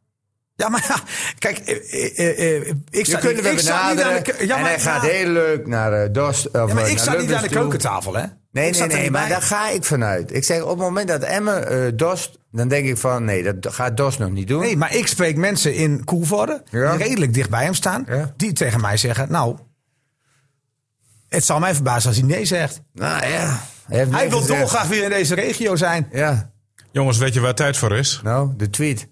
Ja, maar ja, kijk, eh, eh, eh, ik Je sta kunt niet- hem ik sta niet benaderen aan de keu- ja, en maar- hij gaat ja. heel leuk naar eh, Dost of Ja, maar eh, naar ik sta niet Lubbers aan de toe. keukentafel, hè? Nee, Ik nee, zat er nee, niet maar bij. daar ga ik vanuit. Ik zeg, op het moment dat Emmen eh, Dost... dan denk ik van, nee, dat gaat Dost nog niet doen. Nee, maar ik spreek mensen in Koelvoorde, Ja. die redelijk dicht bij hem staan, Ja. die tegen mij zeggen, nou, het zal mij verbazen als hij nee zegt. Nou ja, hij, heeft Hij nee wil gezegd. dolgraag weer in deze regio zijn. Ja, Jongens, weet je waar tijd voor is? nou, de tweet.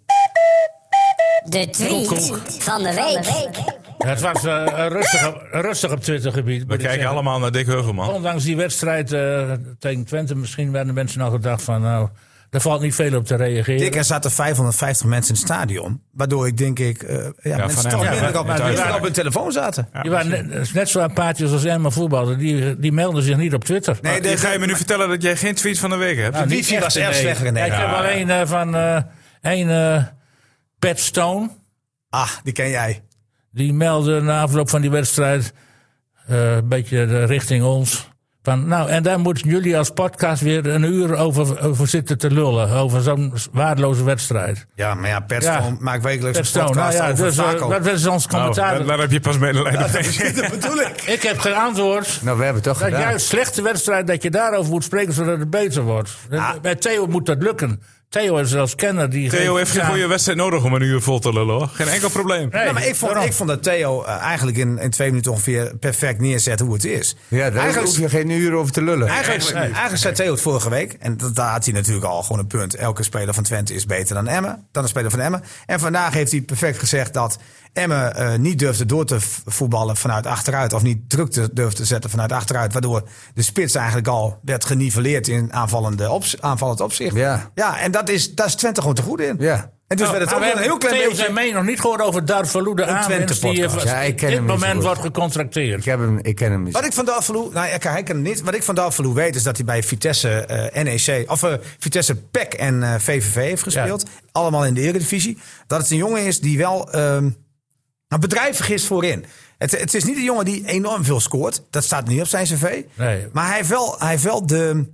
De tweet van de week. Het was eh, rustig, op, rustig op Twittergebied. We kijken allemaal naar Dick Heuvelman. Ondanks die wedstrijd eh, tegen Twente, misschien werden mensen nog gedacht van nou, daar valt niet veel op te reageren. Dick, er zaten 550 mensen in het stadion, waardoor ik denk ik, eh, ja, mensen van toch Emmen. minder op, Ja, minder uiteindelijk. op hun telefoon zaten. die waren net, net zo apaatjes als Emma voetballen. Die, die melden zich niet op Twitter. Nee, Je de- ga je me nu vertellen dat jij geen tweet van de week hebt? Nou, de niet wifi echt, was erg nee. slechter in Ik heb Nederland. alleen eh, van eh één eh Pat Stone. Ah, die ken jij. Die meldde na afloop van die wedstrijd, eh, een beetje eh, richting ons. Van, nou, en daar moeten jullie als podcast weer een uur over, over zitten te lullen. Over zo'n waardeloze wedstrijd. Ja, maar ja, Pet Ja. Stone maakt wekelijks Pat een Stone, podcast nou ja, over dus, eh, Vaco. dat is ons Nou, commentaar. daar, daar heb je pas medelijden mee. [LAUGHS] dat bedoel ik. ik heb geen antwoord. Nou, we hebben het toch Dat gedaan. juist slechte wedstrijd, dat je daarover moet spreken zodat het beter wordt. Eh, Ah. Bij Theo moet dat lukken. Theo is als kenner die... Theo heeft geen Ja. goede wedstrijd nodig om een uur vol te lullen hoor. Geen enkel probleem. Nee, Ja, maar ik vond, daarom. ik vond dat Theo eh, eigenlijk in, in twee minuten ongeveer perfect neerzet hoe het is. Ja, daar eigenlijk, hoef je geen uur over te lullen. eigenlijk, eigenlijk zei Theo het vorige week, en dat, daar had hij natuurlijk al gewoon een punt. Elke speler van Twente is beter dan Emmen, dan een speler van Emmen. En vandaag heeft hij perfect gezegd dat Emmen eh, niet durfde door te v- voetballen vanuit achteruit. Of niet druk te, durfde te zetten vanuit achteruit. Waardoor de spits eigenlijk al werd geniveleerd in aanvallende op, aanvallend opzicht. Ja. ja en dat is, daar is Twente gewoon te goed in. Ja. En dus werd het Nou, Oh, we ook wel een hebben heel klein Theo beetje... zijn mee nog niet gehoord over Darvaloude aanwinst die eh, Twente-podcast. Ja, ik op ken dit hem niet zo moment goed. wordt gecontracteerd. Ik, heb hem, ik ken hem niet. Wat ik van Dalvalou, nou, ik- hij kan het niet. Wat ik van Dalvalou weet is dat hij bij Vitesse eh, NEC, of eh, Vitesse PEC en eh, VVV heeft gespeeld. Allemaal in de Eredivisie. Dat het een jongen is die wel ehm een bedrijf vergist voorin. Het, het is niet een jongen die enorm veel scoort. Dat staat niet op zijn cv. Nee. Maar hij heeft wel, hij heeft wel de,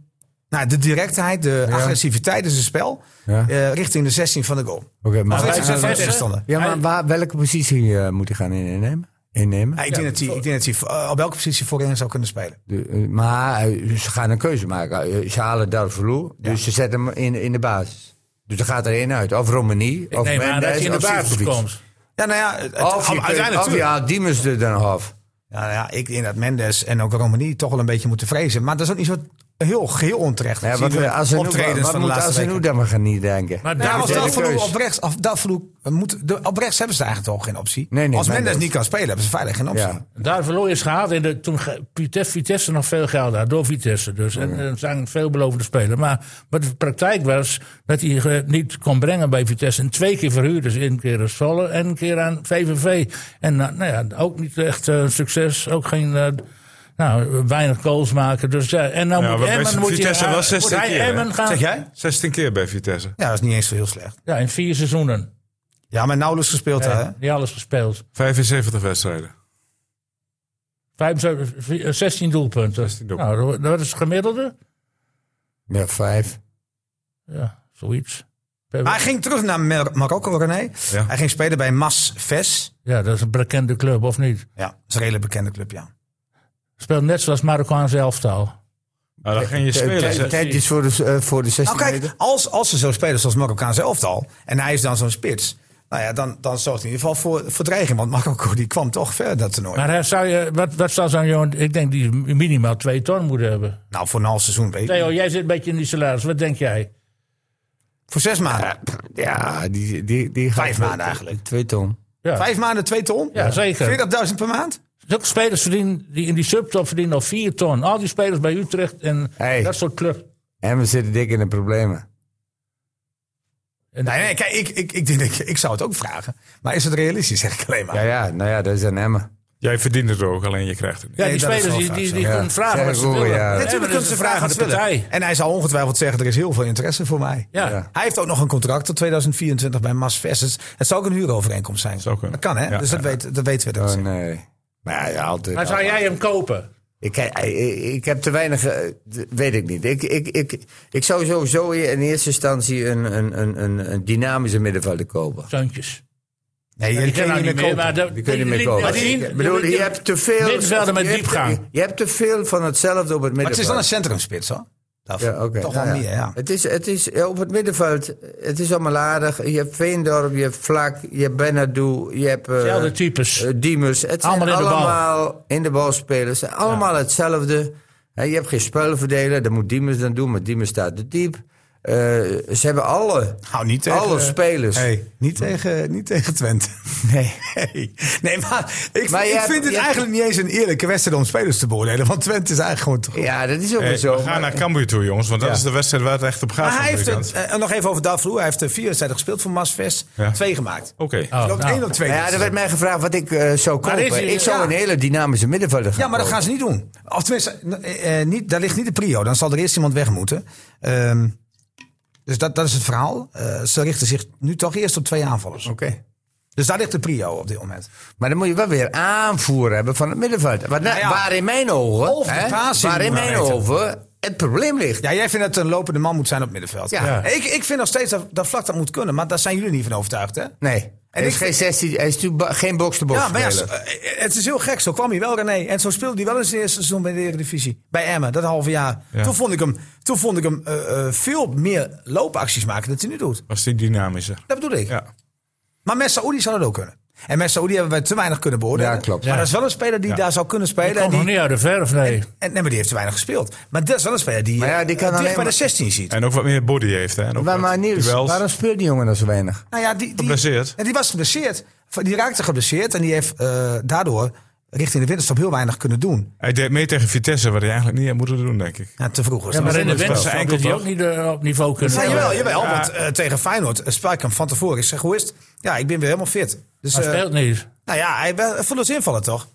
nou, de directheid, de agressiviteit in zijn spel. Ja. eh, richting de 16 van de goal. Nou, Oké, maar Of wij- richting zijn hij- tegenstander. ja, maar waar, welke positie eh, moet hij gaan innemen? innemen? Nou, ik, denk dat hij, ik denk dat hij eh, op welke positie voorin zou kunnen spelen. De- eh, maar eh, ze gaan een keuze maken. Eh, Ze halen Darvalu, dus ze zetten hem in, in de basis. Dus er gaat er één uit. Of Romani, of Nee, maar dat Mendes, hij in de of basis Sivkovic. komt. Ja, nou ja, het- Oh, Of je, uiteindelijk kunt, of je natuurlijk. haalt Diemers er dan af. Ja, nou ja, ik denk dat Mendes en ook Romani toch wel een beetje moeten vrezen. Maar dat is ook niet zo heel geheel onterecht. Ja, Dat wat zien we eh, Asenoe- optredens wat van de moet laatste Asenoe weken. Nou, dan maar gaan niet denken? Maar Ja, daar als is de Dalvloe keus. op rechts, als Dalvloe moet, de, op rechts hebben ze eigenlijk toch geen optie. Nee, nee, als Mendes, Mendes. niet kan spelen, hebben ze veilig geen optie. ja. Daar verloor is gehaald. En de, toen ge- Vitesse, Vitesse nog veel geld had, door Vitesse dus. En er zijn veelbelovende spelers. Maar wat de praktijk was, dat hij eh, niet kon brengen bij Vitesse. En twee keer verhuurd, dus één keer aan Zwolle en een keer aan VVV. En nou, nou ja, ook niet echt eh, succes. Ook geen... eh, nou, weinig goals maken. Dus ja, en dan Ja, moet maar bij Emmen... Moet Vitesse hij, wel eh, 16 moet hij keer, hè? Emmen gaan, Zeg jij? 16 keer bij Vitesse. Ja, dat is niet eens zo heel slecht. Ja, in vier seizoenen. Ja, maar nauwelijks gespeeld daar, hè? Ja, die alles gespeeld. 75 wedstrijden. 75, vi- eh, 16 doelpunten. 16 doelpunten. Nou, dat is het gemiddelde. Ja, vijf. Ja, zoiets. Maar hij ging terug naar Mar- Marokko, René. Ja. Hij ging spelen bij Mas Ves. Ja, dat is een bekende club, of niet? Ja, dat is een redelijk bekende club, ja. Speelt net zoals Marokkaanse elftal. Nou, dan gaan je spelen. Tijd- zeg. Tijd is voor de, eh, voor de 16 Nou kijk, meter. als, als ze zo spelen zoals Marokkaan zelf al, en hij is dan zo'n spits, nou ja, dan, dan zorgt hij in ieder geval voor, voor dreiging. Want Marokko die kwam toch verder dat toernooi. Maar hij zou je, wat, wat zou zo'n jongen... Ik denk die minimaal twee ton moeten hebben. Nou, voor een half seizoen weet ik. Theo, jij zit een beetje in die salaris. Wat denk jij? Voor zes maanden. Ja, die, die, die gaat... Vijf maanden eigenlijk. Twee ton. Ja. Vijf maanden, twee ton? Ja, zeker. 40.000 per maand? Zulke spelers verdienen, die in die subtop verdienen al vier ton. Al die spelers bij Utrecht en Hey. dat soort clubs. En we zitten dik in de problemen. En- Nee, nee, kijk, ik, ik, ik, denk, ik, ik zou het ook vragen. Maar is het realistisch, zeg ik alleen maar. Ja, ja, nou ja, dat is aan Emmen. Jij verdient het ook, alleen je krijgt het niet. ja, nee, die dat is spelers wel die, vaak die, zo. die Ja. kunnen vragen wat ze Zeg, willen. oh, ja. Nee, maar dat Natuurlijk kunnen is ze een vragen vraag aan wat de ze willen. partij. En hij zal ongetwijfeld zeggen, er is heel veel interesse voor mij. Ja. Hij heeft ook nog een contract tot 2024 bij Mas Vest. Het, het zou ook een huurovereenkomst zijn. Zou kunnen. Dat kan, hè? Ja, dus dat, ja. Weet, dat weten we. Dat Oh, nee. Maar ja, altijd. Maar zou jij hem kopen? Ik, ik, ik heb te weinig, eh, d- weet ik niet. Ik, ik, ik, ik zou sowieso in eerste instantie een, een, een, een, een dynamische middenvelder kopen. Zoontjes. Nee, jullie Die kunnen kennen niet meer kopen. maar dat- Die kun je niet meer kopen. maar die- Ik bedoel, je hebt te veel. Middenvelden met je hebt- diepgang. Je hebt te veel van hetzelfde op het middenveld. Maar het is dan een centrumspits, hoor. Dat Ja, oké. Toch Nou wel meer, ja. Het is, het is ja, op het middenveld, het is allemaal aardig. Je hebt Veendorp, je hebt Vlak, je hebt Benadou, je hebt eh, Hetzelfde types. eh, Diemers. Het zijn Allemaal in de bal. allemaal in de bal spelers. Allemaal hetzelfde. Hè, je hebt geen spelverdeler, dat moet Diemers dan doen, maar Diemers staat te diep. Eh, ze hebben alle, Hou niet tegen... alle spelers. Hey, niet, tegen, niet [LAUGHS] tegen Twente. Nee. Nee, maar ik, Maar je ik hebt- vind het je hebt- eigenlijk niet eens een eerlijke wedstrijd om spelers te beoordelen. Want Twente is eigenlijk gewoon te goed. Ja, dat is ook wel Hey, zo. we gaan maar- naar Cambuur toe, jongens. Want dat Ja. is de wedstrijd waar het echt op gaat. Maar hij van heeft de het, kant. eh, nog even over Davloe. Hij heeft er vier wedstrijden gespeeld voor Masvest. Ja. Twee gemaakt. Oké. Hij loopt nou. één op twee. Oh, ja, er werd mij gevraagd wat ik eh, zou Maar kopen. is hij- ik zou ja. een hele dynamische middenvelder gaan Ja, maar dat kopen. gaan ze niet doen. Of tenminste, eh, eh, niet, daar ligt niet de prio. Dan zal er eerst iemand weg moeten. Ehm, dus dat, dat is het verhaal. Eh, ze richten zich nu toch eerst op twee aanvallers. Oké. Dus daar ligt de prio op dit moment. Maar dan moet je wel weer aanvoer hebben van het middenveld. Wat, Nou ja, waar in mijn ogen, of de hè, basis waar in moet mijn weten. ogen het probleem ligt. Ja, jij vindt dat het een lopende man moet zijn op het middenveld. Ja. Ja. Ik, ik vind nog steeds dat, dat vlak dat moet kunnen. Maar daar zijn jullie niet van overtuigd, hè? Nee, hij is, ik- geen 16, hij is natuurlijk ba- geen box-to-box Ja, maar ja, speler. zo- eh, het is heel gek. Zo kwam hij wel, René. En zo speelde hij wel in zijn eerste seizoen bij de Eredivisie. Bij Emmen, dat halve jaar. Toen vond ik hem, toen vond ik hem eh, eh, veel meer loopacties maken dan hij nu doet. Was die dynamischer. Dat bedoel ik. Ja. Maar met Saoedi zou dat ook kunnen. En met Saoedi hebben wij te weinig kunnen beoordelen. Ja, klopt. Maar Ja. dat is wel een speler die daar zou kunnen spelen. Komt en nog die, niet uit de verf, nee. en, nee, maar die heeft te weinig gespeeld. Maar dat is wel een speler die, Maar ja, eh, die kan alleen dicht bij de maar- 16 ziet. En ook wat meer body heeft. Hè? En ook maar wat maar Niels, duels. waarom speelt die jongen dan zo weinig? Nou ja, die, die, Geblesseerd. Ja, die was geblesseerd. Die raakte geblesseerd en die heeft eh, daardoor eh, richting de winterstop heel weinig kunnen doen. Hij deed mee tegen Vitesse, wat hij eigenlijk niet had moeten doen, denk ik. Ja, te vroeg was Ja, dat. maar in de is winst wel zou enkel, die toch? ook niet eh, op niveau kunnen. Ja, spelen. jawel, jawel. Want eh, tegen Feyenoord eh, sprak ik hem van tevoren. Ik zeg, hoe is het? Ja, ik ben weer helemaal fit. Dus, Hij eh, speelt niet. nou ja, hij wel- voelt ons invallen toch?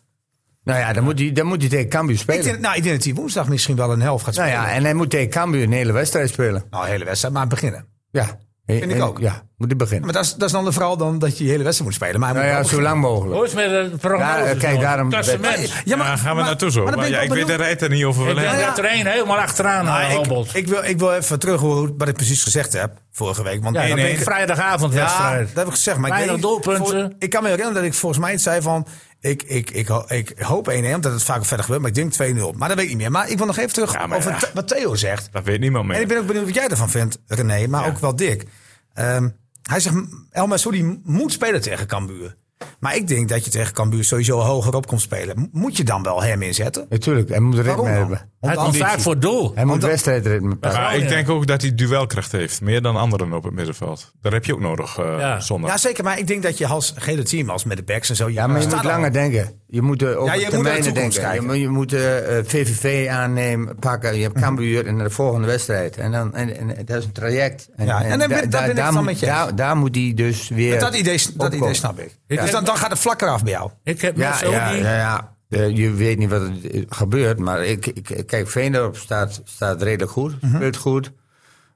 Nou ja, dan moet hij, dan moet hij tegen Cambuur Ik spelen. denk, nou, ik denk dat hij woensdag misschien wel een helft gaat Nou spelen. Nou, ja, en hij moet tegen Cambuur een hele wedstrijd spelen. de hele wedstrijd, maar beginnen. Ja. ik ook. Ja, moet hij beginnen. Maar dat is, dat is dan de verhaal dan dat je je hele wedstrijd moet spelen. Maar hij nou ja, moet zo wel lang mogelijk. Hoe is het met de Ja, prognose? eh, kijk, daarom- Klassement. beginnen. Ja, maar, gaan we naartoe zo. Maar, dan ben ja, ik wel weet, hij benieuwd. rijdt er niet over. Ik wel denk heen. dat er één helemaal achteraan eh, Ah, aan ik, ik, wil, ik wil even terug horen wat ik precies gezegd heb vorige week. Want Ja, dan dat ben is ik- een vrijdagavondwedstrijd. Ja, dat heb ik gezegd. Maar ik, Weinig weet- doelpunten. voor- ik kan me herinneren dat ik volgens mij het zei van... Ik, ik, ik, ho- ik hoop 1-1, omdat het vaak verder gebeurt. Maar ik denk 2-0. Maar dat weet ik niet meer. Maar ik wil nog even terug Ja, maar over ja. Th- wat Theo zegt. Dat weet niemand meer. En ik ben ook benieuwd wat jij ervan vindt, René. Maar ook wel Dick. Ehm, hij zegt, El Massoudi moet spelen tegen Cambuur. Maar ik denk dat je tegen Cambuur sowieso hoger op komt spelen. M- Moet je dan wel hem inzetten? Natuurlijk, hij moet ritme Waarom dan? hebben. Hij Omdat- komt vaak voor het doel. Hij moet wedstrijdritme pakken. Maar ik Oh, ja. denk ook dat hij duelkracht heeft. Meer dan anderen op het middenveld. Daar heb je ook nodig eh, Ja. zondag. Ja, zeker. Maar ik denk dat je als gele team, als met de backs en zo... Ja, maar je staat moet al- langer denken. Je moet eh, Ja, over je moet naar de termijnen toekomst denken. Je kijken. Mhm. moet, je moet eh, eh, VVV aannemen, pakken. Je hebt Cambuur en naar de volgende wedstrijd. En, dan, en, en, en dat is een traject. En, Ja, en dan ben- dat ben ik daar het dan moet- met je eens. daar, daar moet hij dus weer Dat idee, dat idee opkomen. snap ik. Ja. Dus dan, dan gaat het vlakker af bij jou. Ik heb Ja, met zo ja, die- ja, ja. Eh, je weet niet wat er eh, gebeurt, maar ik, ik, kijk, Veendorp staat, staat redelijk goed, Mhm. speelt goed.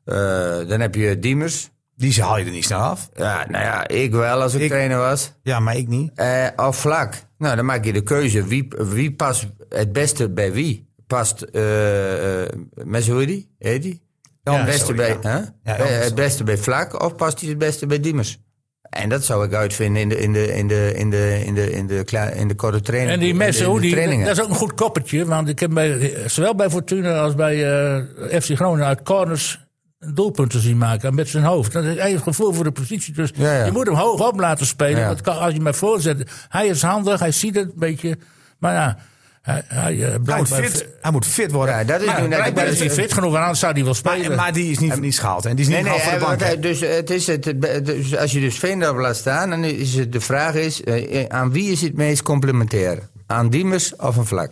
Eh, dan heb je Diemers. Die haal je er niet snel af. Ja, nou ja, ik wel als ik, trainer was. Ja, maar ik niet. Eh, of vlak. Nou, dan maak je de keuze. Wie, wie past het beste bij wie? Past eh eh Messoudi, heet die? Ja, het, beste sorry, bij, ja. hè? Ja, Bij- ja, het beste bij Vlak of past hij het beste bij Diemers? En dat zou ik uitvinden in de, in de, in de, in de, in de, in de, kla- in de korte training. En in die de- in de Messehoedi, trainingen. dat is ook een goed koppeltje. Want ik heb bij, zowel bij Fortuna als bij eh, FC Groningen uit corners doelpunten zien maken met zijn hoofd. Dat is eigenlijk het gevoel voor de positie. Dus Ja, ja. je moet hem hoog op laten spelen. Ja. want kan, als je hem maar voorzet, hij is handig, hij ziet het een beetje. Maar ja, hij, hij, eh, Hij moet blijkbaar- fit, hij moet fit worden. Ja, dat is Maar- nu net- blijkbaar Blijkbaar is hij fit genoeg, want anders zou hij wel spelen. Maar, maar die is niet, niet gehaald. En die is niet Nee, nee, gehaald voor de want bank. hij- dus, het is het, dus als je dus Veendorp laat staan, dan is het, de vraag is, eh, aan wie is het meest complementair? Aan Diemers of aan Vlak?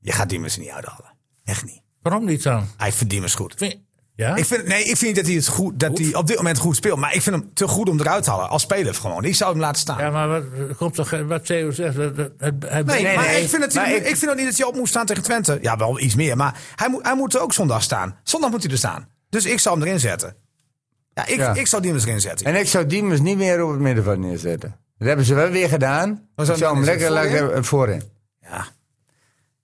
Je gaat Diemers er niet uithalen. Echt niet. Waarom niet dan? Hij verdient Diemers goed. Vind- Ja? Ik vind, nee, ik vind niet dat hij het goed, dat hij op dit moment goed speelt. Maar ik vind hem te goed om eruit te halen. Als speler gewoon. Ik zou hem laten staan. ja, maar wat, er komt toch, eh, wat Theo zegt, dat- dat- het- hij Nee, maar nee, ik vind, dat hij, maar ik, ik- vind ook niet dat hij op moet staan tegen Twente. Ja, wel iets meer. Maar hij moet, hij moet er ook zondag staan. Zondag moet hij er staan. Dus ik zou hem erin zetten. Ja, ik, Ja. ik zou Diemers erin zetten. En ik zou Diemers niet meer op het middenveld neerzetten. Dat hebben ze wel weer gedaan. Maar Ik zou zou hem is het lekker voorin? lekker voorin. ja.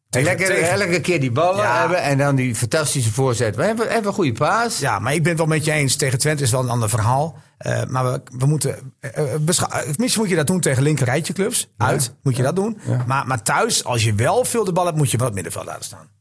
En Tegen- lekker tegen- elke keer die ballen Ja. hebben en dan die fantastische voorzet. We hebben even een goede paas. Ja, maar ik ben het wel met je eens. Tegen Twente is wel een ander verhaal. Eh, maar we, we moeten. eh, eh, bescha- eh, misschien moet je dat doen tegen linkerrijtje clubs. Uit moet je dat doen. Maar, maar thuis, als je wel veel de bal hebt, moet je wel het middenveld laten staan.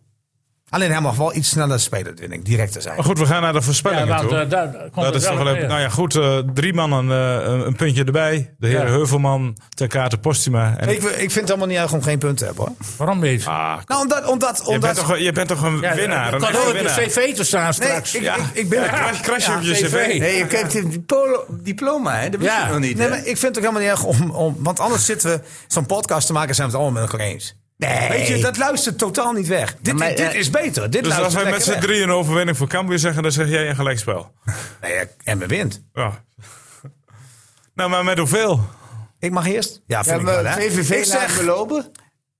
Alleen hij mag wel iets sneller spelen, vind ik. Directer zijn. Maar goed, we gaan naar de Ja, voorspellingen want toe. eh, daar komt dat het is toch wel wel op neer. even- Nou ja, goed. eh, drie mannen, eh, een- een puntje erbij. De heren Ja. Heuvelman, Ten Kate Postuma. En Ik, ik vind het allemaal niet erg om geen punten te hebben hoor. Waarom niet? Ah, Nou, omdat. omdat, je, bent omdat toch, je bent toch een Ja, winnaar? Het Een kan echte ook op je winnaar. cv te staan nee, straks. ik, Ja. ik, ik ben. Ja, crash- crash je op je CV. cv. Nee, je krijgt een polo- diploma, hè? dat wist Ja. ik nog niet. Nee, hè? maar ik vind het ook helemaal niet erg om, om. Want anders zitten we zo'n podcast te maken en zijn we het allemaal met elkaar eens. Nee. Weet je, dat luistert totaal niet weg. Dit, maar, dit eh, Nou, is beter. Dit Dus als luistert wij met lekker z'n weg. drieën een overwinning voor Cambuur zeggen, dan zeg jij een gelijkspel. Nee, eh, en we wint. Ja. [LAUGHS] Nou, maar met hoeveel? Ik mag eerst? Ja, Ja, vind ik maar wel, hè? VVV laten ik zeg, we lopen.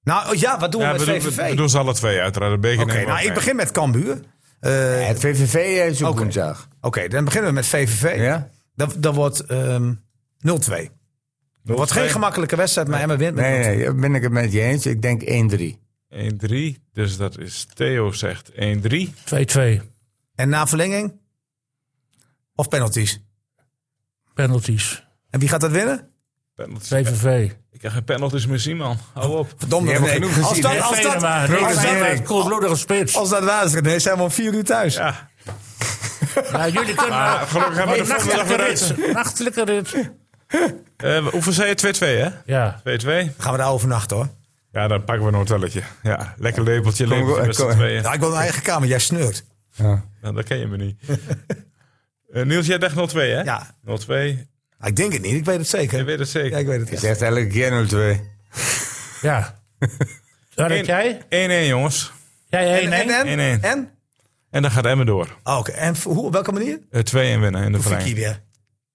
nou oh, ja, wat doen we Ja, met we, doen, VVV? we doen ze alle twee uiteraard. De beker Oké, nemen we nou, ook ik mee. begin met Cambuur. Eh, Het VVV eh, is ook Oké. woensdag. Oké, dan beginnen we met VVV. Ja? Dat, dat wordt ehm 0-2. Wordt geen gemakkelijke wedstrijd, maar Emma wint met Nee, 0-2. nee, daar ben ik het met je eens. Ik denk 1-3. 1-3. Dus dat is Theo zegt 1-3. 2-2. En na verlenging? Of penalties? Penalties. En wie gaat dat winnen? Penalties. VVV. Ik krijg geen penalties meer zien, man. Hou op. Verdomme, hebben René. we genoeg Als gezien, dat, hè? als dat, Oh. Venema. als dat- Venema, Koelbloedige spits. als dat waar is, René, zijn we om vier uur thuis. Ja. Ja, jullie kunnen... Ah, gelukkig hebben we Hey, de volgende dag nachtelijke weer uit. rit. Nachtelijke rit. Eh, hoeveel zei je? 2-2, hè? Ja. 2-2. Gaan we daar overnachten, hoor. Ja, dan pakken we een hotelletje. Ja, lekker lepeltje, lepeltje kom- met z'n kom- tweeën. Ja, Nou, ik wil een eigen kamer. Jij snurkt. [LAUGHS] Nou, dat ken je me niet. Eh, Niels, jij dacht 0-2, hè? Ja. 0-2. Ah, ik denk het niet, ik weet het zeker. Je weet het zeker. Ja, ik weet het Je echt. zegt elke keer 0-2. Ja. Wat heb jij? 1-1, jongens. Jij En? 1-1? En? En? Eén, één. En? En dan gaat Emmen door. Ah, oké. En hoe, op welke manier? Eh, 2-1 winnen in de Fiki verlenging. weer.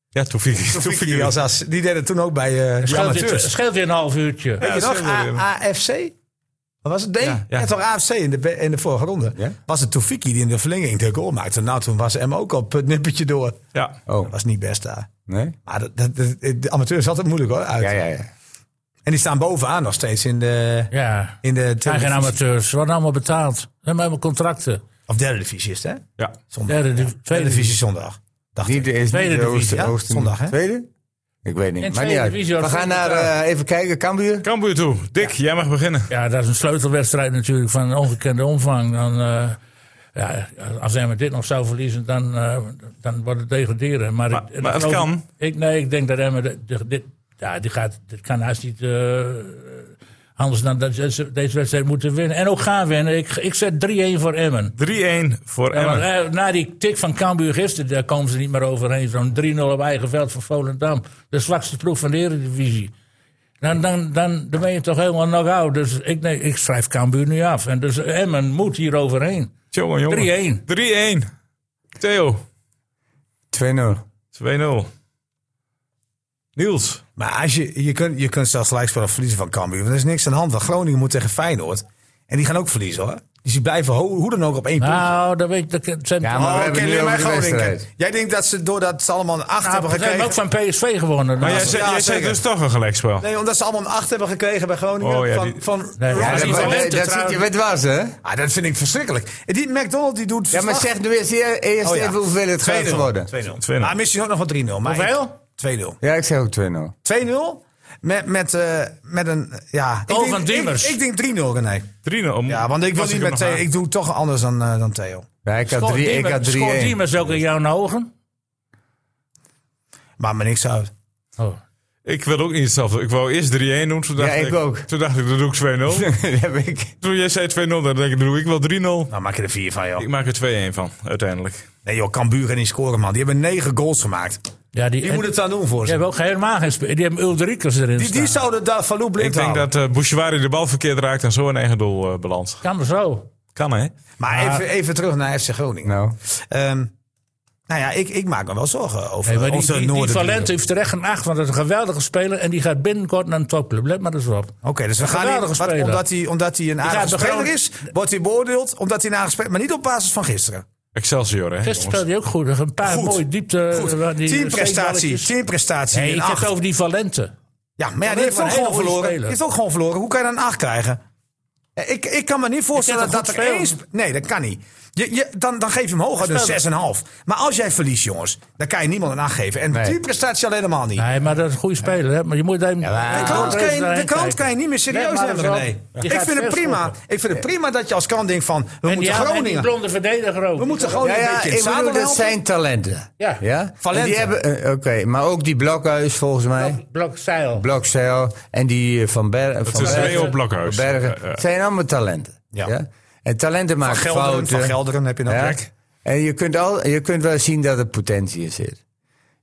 Ja, Tofiki. Fiki als as. Die deden toen ook bij eh de Scheelt je, amateurs. scheelt je een half uurtje. Weet je dat nog? scheelde A- weer. AFC? Wat was het? D? Ja, ja. toch AFC in de, be- in de vorige ronde. Ja? Was het Tofiki die in de verlenging de goal maakte? Nou, toen was Emma ook op het nippertje door. Ja. Dat was niet best daar. Nee? Maar dat, dat, dat- de amateur is altijd moeilijk hoor. Uit. Ja, ja, ja. En die staan bovenaan nog steeds in de, Ja. in de Het zijn tweede geen divisie. amateurs. Ze worden allemaal betaald. Ze hebben helemaal contracten. Of derde divisie is het, hè? ja. Zondag. Derde, div- Tweede tweede divisie zondag. Dacht ik. Niet de eerste, niet Tweede de divisie, oosten, ja? oosten. Zondag, hè? Tweede? Ik weet En niet. Maar tweede niet uit. divisie, We hoor. gaan naar, eh, even kijken, Cambuur. Cambuur toe. Dick, jij mag beginnen. Ja, dat is een sleutelwedstrijd natuurlijk van een ongekende omvang. Dan, eh, ja, als Emmen dit nog zou verliezen, dan, eh, dan wordt het degraderen. Maar, Maar- ik- ik maar het geloof- kan. Ik, nee, ik denk dat Emmen dit- dit, dit, ja, die gaat, dit kan haast niet eh, anders dan dat ze deze wedstrijd moeten winnen. En ook gaan winnen. Ik, ik zet 3-1 voor Emmen. 3-1 voor Ja, want, Emmen. eh, na die tik van Cambuur gisteren, daar komen ze niet meer overheen. Zo'n 3-0 op eigen veld voor Volendam. De zwakste ploeg van de Eredivisie. Dan, dan, dan, dan ben je toch helemaal knock-out. Dus ik, nee, ik schrijf Cambuur nu af. En dus Emmen moet hier overheen. Jongen, jongen. 3-1. 3-1. Theo. 2-0. 2-0. Niels. Maar als je, je, kunt, je kunt zelfs gelijk spelen of verliezen van Cambuur. Want er is niks aan de hand. Want Groningen moet tegen Feyenoord. En die gaan ook verliezen hoor. Dus die blijven ho- hoe dan ook op één punt. Nou, dat weet ik. Dat zijn Ah, Ja, maar we Oh, hebben ken het nu jullie over maar de Groningen? wedstrijd. Jij denkt dat ze doordat ze allemaal een 8 Nou, hebben we hebben gekregen. ook van PSV gewonnen. Maar jij Nou, zegt, jij zegt zeker. dus toch een gelijkspel. Nee, omdat ze allemaal een 8 hebben gekregen bij Groningen. Oh, ja, van, die- van, Nee, Ronald Ja, is dat, niet Koeman. dat, talenten dat zit je met was, hè? Ah, dat vind ik verschrikkelijk. En die McDonald die doet Ja, maar verslag. zeg nu eens eer- eerst Oh, ja. even hoeveel het gaat 2-0. worden. 2-0. 2-0. Maar misschien ook nog wel 3-0. maar Hoeveel? ik- 2-0. Ja, ik zeg ook 2-0. 2-0? Met, met, eh, met een, ja... Goal ik denk- van Diemers. Ik, ik denk 3-0, René. 3-0. Ja, want ik wil Was niet er met nog Theo. aan? Ik doe toch anders dan, eh, dan Theo. Ja, ik had scoort 3-1. Ik had Diemers- scoort 3-1. Diemers ook in jouw ogen? Maar me niks uit. Oh. Ik wil ook niet hetzelfde. Ik wou eerst 3-1 doen. Toen dacht Ja, ik ook. Toen dacht ik, dan doe ik 2-0. [LAUGHS] [LAUGHS] Dat heb ik. toen jij zei 2-0, dan denk ik, dan doe ik wel 3-0. Nou, maak je er vier van, Ik joh. maak er 2-1 van, uiteindelijk. Nee, joh, Cambuur en die scoren, man. Die hebben negen goals gemaakt. Ja, die, Wie moet het dan doen voor die ze? hebben ook helemaal geen spe- Die hebben Ulderikers erin Die, staan. die zouden daar Falou Ik blind denk houden. dat eh Bouchouari de bal verkeerd raakt en zo een eigen doel eh, belandt. Kan maar zo. Kan, hè? Maar even, even terug naar FC Groningen. Nou, Ehm, nou ja, ik, ik maak me wel zorgen over Nee, maar die, onze die, die Noorden. Valente heeft terecht een 8, want dat is een geweldige speler. En die gaat binnenkort naar een topclub. Let maar eens op. Oké, dus we gaan geweldige niet, wat- speler. omdat hij omdat hij een aardige gaat de speler Groningen- is, wordt hij beoordeeld omdat hij een aardige speler, maar niet op basis van gisteren. Excelsior, hè? Gisteren jongens? speelde hij ook goed. Een paar Goed. mooie diepte. eh, waar die Teamprestatie, steekballetjes- teamprestatie. Nee, een ik heb acht. het over die Valente. Ja, maar ja, Dat die heeft is een ook hele gewoon goede verloren. Die speler. heeft ook gewoon verloren. Hoe kan je dan een acht krijgen? Eh, Ik, ik kan me niet voorstellen Je kent dat hem er goed één... spelen. sp- Nee, dat kan niet. Je, je, dan, dan geef je hem hoger dus Spelen. dan 6,5. Maar als jij verliest, jongens, dan kan je niemand een 8 geven. En Nee. die prestatie alleen helemaal niet. Nee, maar dat is een goede speler. Hè? Maar je moet hem... De Ja, krant, kan je, de krant kan je niet meer serieus nemen, René. Ik vind, het prima. ik vind het prima dat je als krant denkt van... We En die, moeten Groningen. en die Groningen... blonde verdediger ook. We moeten ja, Groningen een ja, beetje in het ik zadel bedoel, dat helpen. zijn talenten. Ja. ja? Talenten. En die hebben, eh, Oké, maar ook die Blokhuis volgens mij. Blok Seil. Blokzeil en die eh, Van, Ber van zijn Bergen. twee op Blokhuis. Van Bergen. Ja, ja. zijn allemaal talenten. Ja. Ja. En talenten maken Gelderen, fouten. Nou, van Gelderen heb je nog. Ja. Ja. En je kunt, al, je kunt wel zien dat er potentie in zit.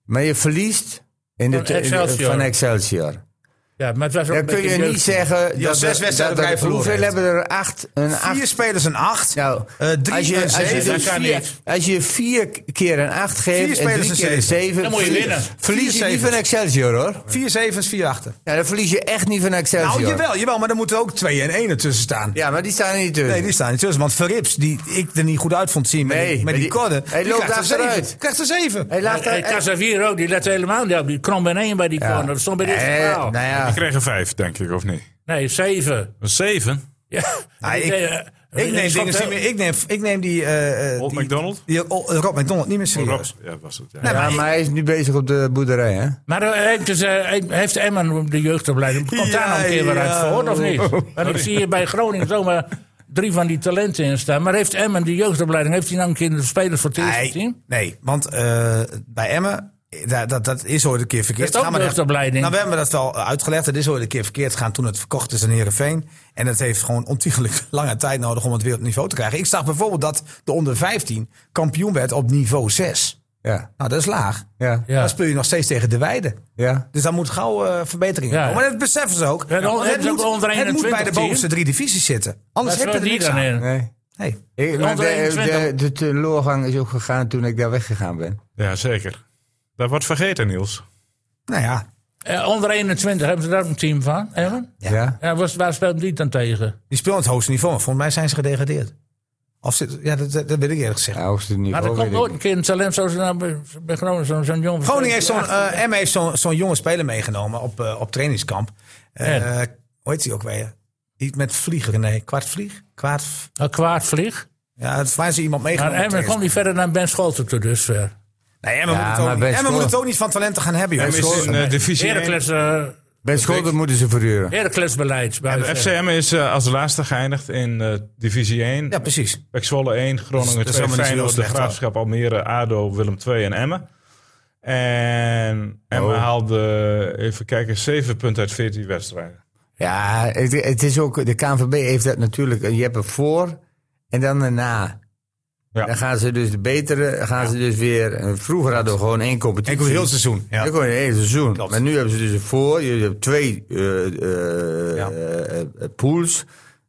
Maar je verliest in de, Van te- in de- Excelsior. van Excelsior. Ja, maar het was ook Dan een kun beetje je niet jeugd. zeggen. Die al Dat zes er- wedstrijden dat er- bij verloren Hoeveel heeft. hebben er acht? Een Vier acht. spelers een acht. Nou, eh, drie als je, een als, je zeven. dus Dat kan vier, niet. als je vier keer een acht geeft spelers en een drie keer een zeven. zeven, Dan moet je verlie- winnen. Verlies Vier je niet zevens. van Excelsior hoor. Vier zevens, vier achten. Ja, dan verlies je echt niet van Excelsior. Nou, jawel, jawel, maar er moeten ook twee en één ertussen staan. Ja, maar die staan er niet tussen. Nee, die staan niet tussen. Want Verrips, die ik er niet goed uit vond zien met, Nee, die, met maar die, die- korden. hij die loopt krijgt er achteruit. zeven. Krijgt er zeven. Hey, laat Hey, eh- daar- Casemiro, die let helemaal niet op. Die krom in één bij die Ja. corner. Dat stond bij dit Eh, verhaal. nou ja. Ik kreeg een 5, denk ik, of niet? Nee, zeven. Een 7? Ja. eh, Ah, ik- Ik neem, dingen niet meer, ik, neem, ik neem die, eh, eh, Old die, McDonald? die oh, Rob McDonald niet meer Rob, serieus. ja, was het. Ja. Nee, Ja, maar maar hij is nu bezig op de boerderij, hè? Maar eh, heeft, dus, eh, heeft Emmen de jeugdopleiding? Komt daar Ja, nog een keer weer uit ja. Oh. voort, of niet? Want ik zie hier bij Groningen zomaar drie van die talenten in staan. Maar heeft Emmen de jeugdopleiding, heeft hij nou een keer de spelers voor het eerst Nee, gezien? nee, want eh, bij Emmen, daar- dat, dat is ooit een keer verkeerd Dat is ook gegaan, maar jeugdopleiding. Nou, we hebben dat wel uitgelegd. Het is ooit een keer verkeerd gegaan toen het verkocht is aan Heerenveen. En het heeft gewoon ontiegelijk [LAUGHS] lange tijd nodig om het weer op niveau te krijgen. Ik zag bijvoorbeeld dat de onder 15 kampioen werd op niveau 6. Ja, Nou, dat is laag. ja, ja. Ja. Dan speel je nog steeds tegen de Weide. ja. Dus daar moet gauw eh, verbetering in Ja, komen. ja. Maar dat beseffen ze ook. Ja, dan Want hebben het ze moet, ook onder het moet bij de 21 team. bovenste drie divisies zitten. Anders Daar heb je speelt er die niks dan aan. in. Nee. Nee. Ik, maar onder de, 21. de, de teleurgang is ook gegaan toen ik daar weggegaan ben. Ja, zeker. Daar wordt vergeten, Niels. Nou ja, Eh, onder 21 hebben ze daar een team van, Evan? Ja. Ja, was, waar speelt die dan tegen? die spelen het hoogste niveau. maar Volgens mij zijn ze gedegradeerd. Of zit, ja, dat, dat, dat weet ik eerlijk gezegd. Ja, hoogste Maar niveau. er komt weet ik nooit een niet. keer een talent zoals nou, bij bij Groningen, zo'n zo'n jong. Groningen heeft zo'n, eh Emme heeft zo'n, zo'n jonge speler meegenomen op, eh, op trainingskamp. Eh hoe heet die ook weer? Iets met vlieger, nee. Kwartvlieg? Kwart... Een kwaad vlieg. Ja, het is ze iemand Maar meegenomen. op Emmen kwam trainingskamp. niet verder dan Ben Scholten toe, dus. eh. Nee, Emmen Ja, moet, het ook maar niet- bij Emmen moet School- het ook niet van talenten gaan hebben, joh. Emmen is in eh, divisie één. Heracles, eh, Bij Scholder moeten ze verhuren. Heracles beleid. bij De FCM is eh, als laatste geëindigd in eh, divisie 1. Ja, precies. Pek Zwolle 1, Groningen Dat is 2, helemaal niet zo heel Feyenoord, De slecht, hoor. Graafschap, Almere, ADO, Willem 2 en Emmen. En Emmen haalde, even kijken, 7 punten uit 14 wedstrijden. Ja, het, het is ook, de KNVB heeft dat natuurlijk. Je hebt een voor en dan een na. Ja. Dan gaan ze dus de betere, gaan ze dus weer. eh, Vroeger hadden we gewoon één competitie. Ik wil heel het seizoen. Ja. Dan kon je één seizoen. Klopt. Maar nu hebben ze dus een voor. Je hebt twee eh, eh, Ja. eh, eh, pools.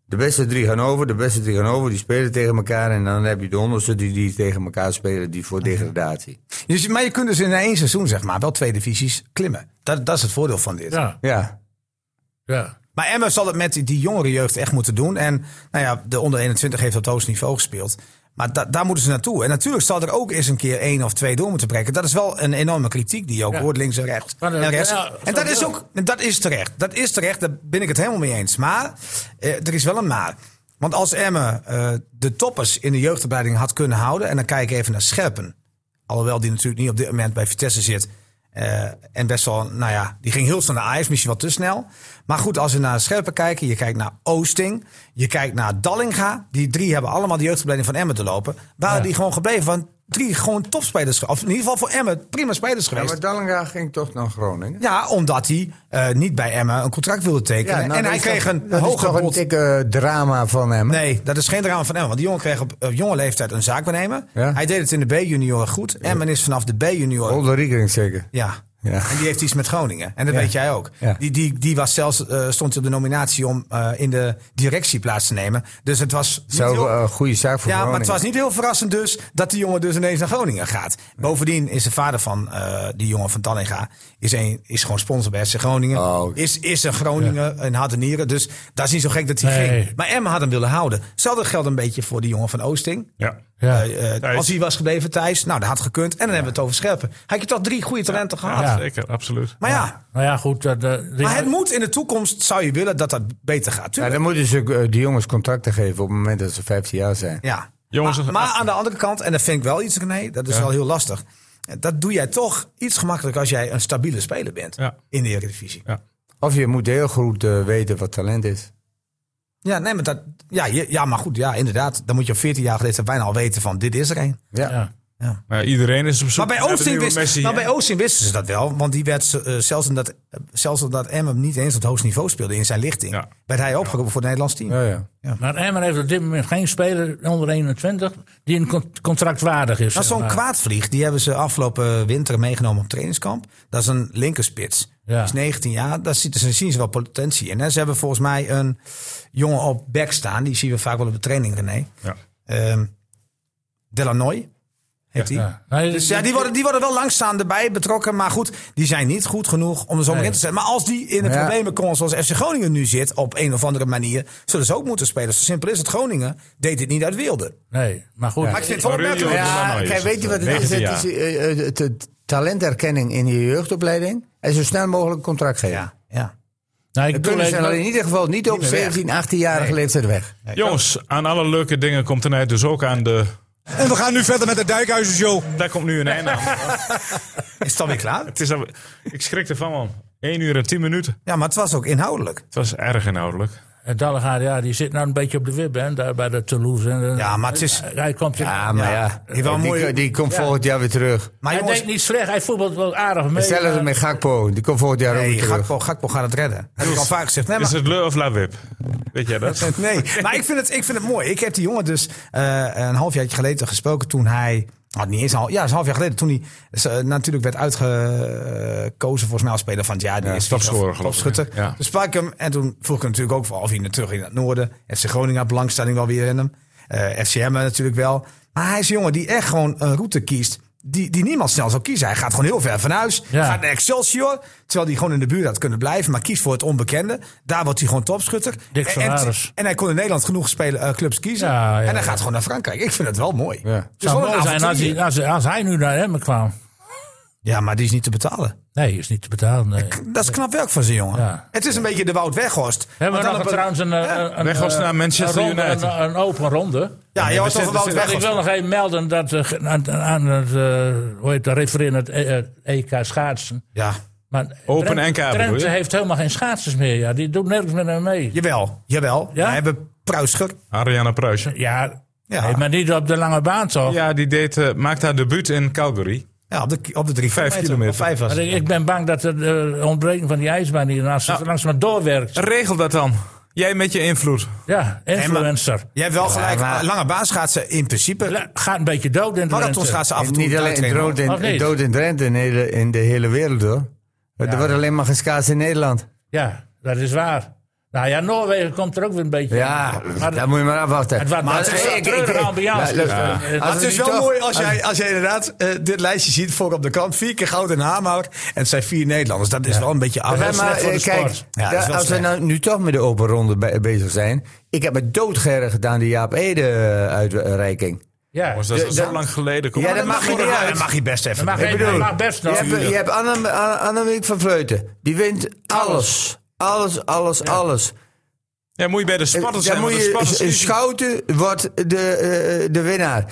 De beste drie gaan over, de beste drie gaan over. Die spelen tegen elkaar. En dan heb je de onderste die, die tegen elkaar spelen, die voor degradatie. Dus, maar je kunt dus in één seizoen, zeg maar, wel twee divisies klimmen. Dat, dat is het voordeel van dit. Ja, Ja, ja. Maar Emmen zal het met die- die jongere jeugd echt moeten doen. En nou ja, de onder 21 heeft op het hoogste niveau gespeeld. Maar da- daar moeten ze naartoe. En natuurlijk zal er ook eens een keer één of twee door moeten breken. Dat is wel een enorme kritiek die je ook Ja. hoort links en rechts. Maar dat- en rechts. ja, en dat is sowieso. ook en dat is terecht. Dat is terecht, daar ben ik het helemaal mee eens. Maar eh, er is wel een maar. Want als Emmen eh, de toppers in de jeugdopleiding had kunnen houden... en dan kijk ik even naar Scherpen. Alhoewel die natuurlijk niet op dit moment bij Vitesse zit. Eh, en best wel, nou ja, die ging heel snel naar Ajax, misschien wat te snel. Maar goed, als we naar Scherpen kijken, je kijkt naar Oosting, je kijkt naar Dallinga. Die drie hebben allemaal de jeugdopleiding van Emmen te lopen. Waren die gewoon gebleven? Want drie gewoon topspelers, ge- of in ieder geval voor Emmen prima spelers ja Nou, geweest. maar Dallinga ging toch naar Groningen? Ja, omdat hij eh, niet bij Emmen een contract wilde tekenen. Ja, nou, en dat hij is kreeg toch- een, een dat is hoger toch een bod. dikke eh, drama van hem. Nee, dat is geen drama van Emmen. Want die jongen kreeg op, op jonge leeftijd een zaakbenemer. Ja. Hij deed het in de B-junioren goed. Emmen is vanaf de B-junioren Older Riegering zeker. Ja. Ja. En die heeft iets met Groningen. En dat weet jij ook. Ja. Die, die, die was zelfs, eh, stond op de nominatie om eh, in de directie plaats te nemen. Dus het was. niet Zou heel- een goede zaak voor ja, maar het Groningen. was niet heel verrassend dus dat die jongen dus ineens naar Groningen gaat. Bovendien is de vader van eh, die jongen van Dallinga is, een, is gewoon sponsor bij FC Groningen. Oh, oké. Is, is een Groningen, een Hadenieren. Dus dat is niet zo gek dat hij Nee. ging. Maar Emma had hem willen houden. Hetzelfde geldt een beetje voor die jongen van Oosting. Ja. Ja. Eh, eh, Thijs. als hij was gebleven, Thijs, nou, dat had gekund. En dan hebben we het over Scherpen. Had je toch drie goede talenten gehad? Ja, zeker, absoluut. Maar ja, Nou ja, goed. Dat, eh, maar het moet in de toekomst, zou je willen, dat dat beter gaat. Ja, Tuurlijk. dan moeten ze eh, die jongens contracten geven op het moment dat ze 15 jaar zijn. Ja. Jongens, maar, een- maar aan de andere kant, en dat vind ik wel iets, nee, dat is wel heel lastig. Dat doe jij toch iets gemakkelijker als jij een stabiele speler bent Ja. in de Eredivisie. Of je moet heel goed eh, weten wat talent is. Ja, nee, maar, dat, ja, je- ja, maar goed, ja, inderdaad. Dan moet je op 14 jaar geleden bijna al weten van dit is er een. Ja. ja. Maar iedereen is op zoek Maar bij naar de Oosting, nieuwe wist, Messi. maar bij Oosting wisten ze dat wel. Want die werd eh, zelfs, omdat, eh, zelfs omdat Emmen niet eens op het hoogste niveau speelde in zijn lichting. Ja. werd hij opgeroepen voor het Nederlands team. Ja, ja. Maar Emmen heeft op dit moment geen speler onder 21 die een con- contract waardig is. Nou, zeg zo'n maar. kwaadvlieg, die hebben ze afgelopen winter meegenomen op trainingskamp. Dat is een linkerspits. Ja. Die is 19 jaar. Daar zien, daar zien ze wel potentie in. En ze hebben volgens mij een jongen op back staan. Die zien we vaak wel op de training, René. Ja. Ehm Delanoy heet hij. Ja. Nee, Dus ja, die worden, die worden wel langzaam erbij betrokken. Maar goed, die zijn niet goed genoeg om er zomaar Nee. in te zetten. Maar als die in de Ja. problemen komen zoals FC Groningen nu zit... op een of andere manier, zullen ze ook moeten spelen. Zo simpel is het. Groningen deed dit niet uit wilde. Nee, maar goed. Maar ik vind het wel Aurelio opmerkelijk. de Lannoy Ja, is kijk, het, Ah, weet je wat het Nou, is? 19 Het is eh, eh, het- het talenterkenning in je jeugdopleiding. En zo snel mogelijk een contract geven. Ja, ja. Nou, ik Dat doe kunnen ze even- alleen in ieder geval niet op meer weg. 17, 18-jarige leeftijd weg. Jongens, aan alle leuke dingen komt een eind. Dus ook aan de... En we gaan nu verder met de Dijkhuizen Show. Daar komt nu een einde aan. Is het alweer klaar? [LAUGHS] Het is al... Ik schrik ervan, man. 1 uur en 10 minuten. Ja, maar het was ook inhoudelijk. Het was erg inhoudelijk. En Dallega, ja, die zit nou een beetje op de wip, hè, daar bij de Toulouse. En, eh, Ja, maar het is- Hij komt... Ja, maar Ja. ja. Eh, Die wel die, mooi- die komt volgend jaar weer terug. Maar hij jongens, deed niet slecht, hij voetbalt wel aardig mee. Hetzelfde maar- met Gakpo. Die komt volgend jaar ook nee, weer terug. Gakpo, Gakpo gaat het redden. Heb ik al vaak gezegd. Nee, Is maar, het Le of La Wip? Weet jij dat? [LAUGHS] nee. maar ik, vind het, ik vind het mooi. Ik heb die jongen dus eh, een halfjaartje geleden gesproken toen hij Had niet eens al, ja, is een half jaar geleden. Toen hij is, eh, natuurlijk werd uitgekozen volgens mij als speler van het jaar. Ja, topscorer, geloof ik, Topschutter. ja. Ja. Dus sprak ik hem en toen vroeg ik hem natuurlijk ook voor of hij naar terug ging naar het noorden. FC Groningen had belangstelling wel weer in hem. Eh FCM natuurlijk wel. Maar hij is een jongen die echt gewoon een route kiest die, die niemand snel zou kiezen. Hij gaat gewoon heel ver van huis. Ja. Gaat naar Excelsior. Terwijl hij gewoon in de buurt had kunnen blijven. Maar kiest voor het onbekende. Daar wordt hij gewoon topschutter. Dick En- en, Salaris. en hij kon in Nederland genoeg spelen, eh, clubs kiezen. Ja, ja, en hij ja. gaat gewoon naar Frankrijk. Ik vind het wel mooi. Ja. Het is zou wel mooi een zijn als avontuur. hij, als, als hij nu naar Emmen kwam. Ja, maar die is niet te betalen. Nee, is niet te betalen. nee. Dat is knap werk van zijn jongen. Ja. Het is een beetje de Wout Weghorst. Hebben Want we dan nog op een- trouwens een, eh, een, een, Weghorst eh, naar Manchester een ronde, United. Een, een open ronde. Ja, je was over Wout Ik Weghorst. wil nog even melden dat eh, ge- aan, aan het, eh, hoe heet dat, refereren het eh, eh, EK schaatsen. Ja, Maar Open Drenthe- NK bedoel je? Drenthe heeft helemaal geen schaatsers meer. Ja. Die doet nergens meer aan mee. jawel. Jawel. Ja? We hebben Pruisger. Ariana Pruijs. hè? Ja, Ja. nee, maar niet op de lange baan toch? Ja, die deed, eh, maakte haar debuut in Calgary. Ja, op de, op de drie Vijf kilometer. Of Vijf was Maar het. ik, ik ben bang dat het eh, ontbreken van die ijsbaan hier naast Nou. langs maar doorwerkt. Regel dat dan. Jij met je invloed. Ja, influencer. Jij hebt wel gelijk. maar- Lange baan schaatsen in principe. La- Gaat een beetje dood in Marathon Drenthe. schaatsen af en toe. niet alleen tijdrennen. dood Of niet? in, dood in Drenthe, in, hele, in de hele wereld hoor. Er wordt alleen maar geschaatst in Nederland. Ja, dat is waar. Nou ja, Noorwegen komt er ook weer een beetje. Ja, aan. daar moet je maar afwachten. het was maar het is ik- een ik- treurige ik- ambiance. Ja, Dus, eh, luister, eh, als Het we is nu wel toch- mooi als Ah. jij, als jij inderdaad eh, dit lijstje ziet voor op de kant. Vier keer goud en hamer. En het zijn vier Nederlanders. Dat is wel een beetje af. Ja, maar voor de eh, kijk, sport. Ja, dat is da- wel als we slecht. nou nu toch met de open ronde be- bezig zijn. Ik heb me doodgerg gedaan, die Jaap eh, Ede-uitreiking. ja. Dat is al De- zo lang geleden. Kom Ja, maar. dat mag je niet Ja, dat uit. mag je best Dat even. mag doen. je- bedoel, dat mag best nog. Je hebt, eh, je hebt Anne- Anne- Annemiek van Vleuten. Die wint alles. Alles, alles, alles. Ja, moet je bij de Spartans Dan zijn. Eh, moet want de Spartans je, is- Schouten wordt de, eh, de winnaar.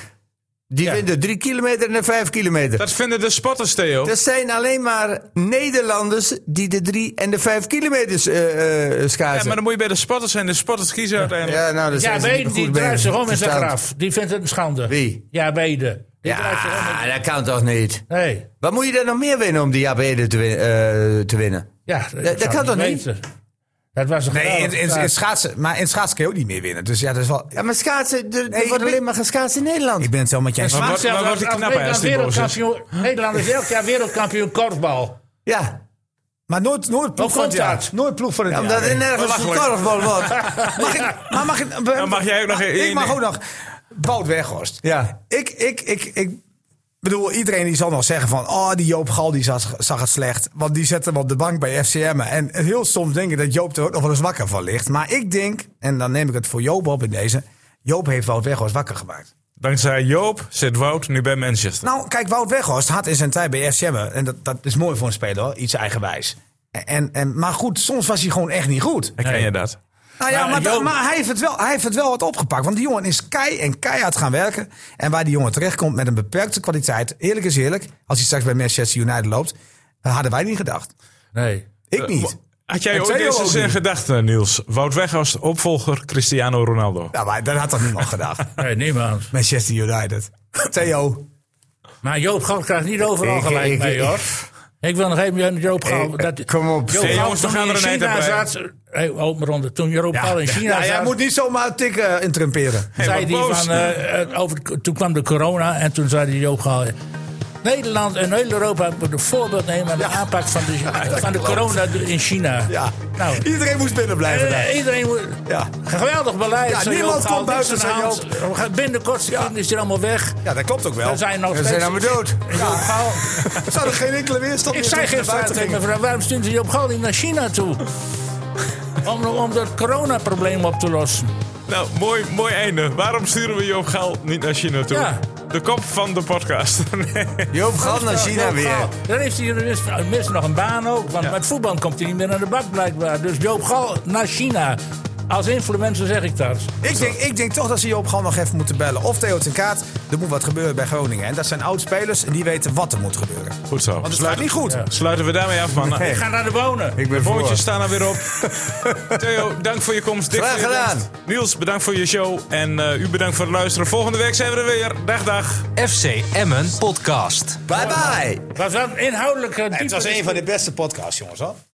Die wint de drie kilometer en de vijf kilometer. Dat vinden de Spartans, Theo. Dat zijn alleen maar Nederlanders die de drie en de vijf kilometers eh eh Ja, schaatsen. maar dan moet je bij de Spartans zijn. De Spartans kiezen uiteindelijk. Ja, nou, dat Ja, zijn ze niet Bede, goed die bij draait zich om in zijn verstand. graf. Die vindt het een schande. Wie? Ja, Bede. Die draait zich om. Ja, dat kan toch niet? Nee. Wat moet je daar nog meer winnen om die Jaap Ede te, win- eh, te winnen? Ja, dat zou kan toch niet? weten. Dat was een Nee, in, geweldige in, vraag. in schaatsen, maar in schaatsen kun je ook niet meer winnen. Dus ja, dat is wel. Ja, maar schaatsen, er, er ik wordt ben- alleen maar geschaatst in Nederland. Ik ben het wel met je eens. Maar Maar wat- zelfs maar als- wordt hij als knapper als die Nederland boos is? wereldkampioen- Nederland is elk jaar wereldkampioen korfbal. Ja, Maar nooit, nooit ploeg Hoe van het komt jaar. dat? Nooit ploeg van het ja jaar. omdat er nergens een belachelijk. korfbal wordt. Mag ik, maar mag ik... Dan mag jij ook nog maar- één Ik mag ding. ook nog... Wout Weghorst. Ja. Ik, ik, ik, ik bedoel, iedereen die zal nog zeggen van... Oh, die Joop Gal die zag, zag het slecht. Want die zette hem op de bank bij FCM. En heel soms denk ik dat Joop er ook nog wel eens wakker van ligt. Maar ik denk, en dan neem ik het voor Joop op in deze... Joop heeft Wout Weghorst wakker gemaakt. Dankzij Joop zit Wout nu bij Manchester. eh? Nou, kijk, Wout Weghorst had in zijn tijd bij FCM... en dat, dat is mooi voor een speler, hoor, iets eigenwijs. En, en, maar goed, soms was hij gewoon echt niet goed. Herken je dat? Nou ja, Maar eh, maar, da- Joop- maar hij, heeft het wel, hij heeft het wel wat opgepakt. Want die jongen is kei en keihard gaan werken. En waar die jongen terechtkomt met een beperkte kwaliteit. Eerlijk is eerlijk, als hij straks bij Manchester United loopt. dat hadden wij niet gedacht. Nee. Ik niet. Had jij En ooit Theo ook deze in niet. gedachten, Niels? Wout Weghorst, opvolger Cristiano Ronaldo. Nou, maar dat had toch niemand gedacht. [LAUGHS] Nee, niemand. Manchester United. Theo. Maar Joop Gal krijgt niet overal Ik- gelijk ik- mee, ik- hoor. Ik wil nog even Joop Gal... Ik- Oh, dat- eh, kom op. Joop Hey, Gal, jongens, we toen gaan hij er in een eind China aan breien. zat... Hey, open ronde. Toen Joop Gal in China Ja, jij zat... moet niet zomaar tikken eh, in tramperen. zei wat die boos. van, eh, eh, over, de- toen kwam de corona en toen zei die Joop Gal... Nederland en heel Europa moeten voorbeeld nemen aan de aanpak van [LAUGHS] de, van de corona in China. Ja. Nou, Iedereen moest binnen blijven. daar. eh, iedereen moet... Ja. Geweldig beleid. Ja, zei niemand Joop Gal, komt buiten, niks aan de zei hand. We gaan Binnen kortste tijd is hij allemaal weg. ja, dat klopt ook wel. Er zijn nog We steeds... zijn allemaal dood. Joop Gal. Er zou er geen enkele weerstand Ik meer zei tegen naar gisteren buiten tegen gingen. mijn vrouw, waarom stuurt hij op Gal niet naar China [LAUGHS] toe? Om, om dat coronaprobleem op te lossen. Nou, mooi, mooi einde. Waarom sturen we Joop Gaal niet naar China toe? Ja. De kop van de podcast. [LAUGHS] Nee. Joop gaat naar China Joop Gal, nou weer. Dan heeft hij dus, mis nog een baan ook, want met voetbal komt hij niet meer naar de bak blijkbaar. Dus Joop Gal naar China. Als influencer zeg ik dat. Ik denk, ik denk toch dat ze Joop Gal nog even moeten bellen. Of Theo ten Kaat. Er moet wat gebeuren bij Groningen. En dat zijn oud-spelers en die weten wat er moet gebeuren. Goed zo. Want het gaat niet goed. Sluiten we daarmee af, man. Ik ga naar de wonen. Ik De ben voor. boontjes staan er [LAUGHS] weer op. Theo, dank voor je komst. Dick, Graag voor je gedaan. komst. Niels, bedankt voor je show. En eh, u bedankt voor het luisteren. Volgende week zijn we er weer. Dag, dag. FC Emmen podcast. Bye bye. Was dat inhoudelijk? eh, Het was een van de beste podcasts, jongens. Hoor.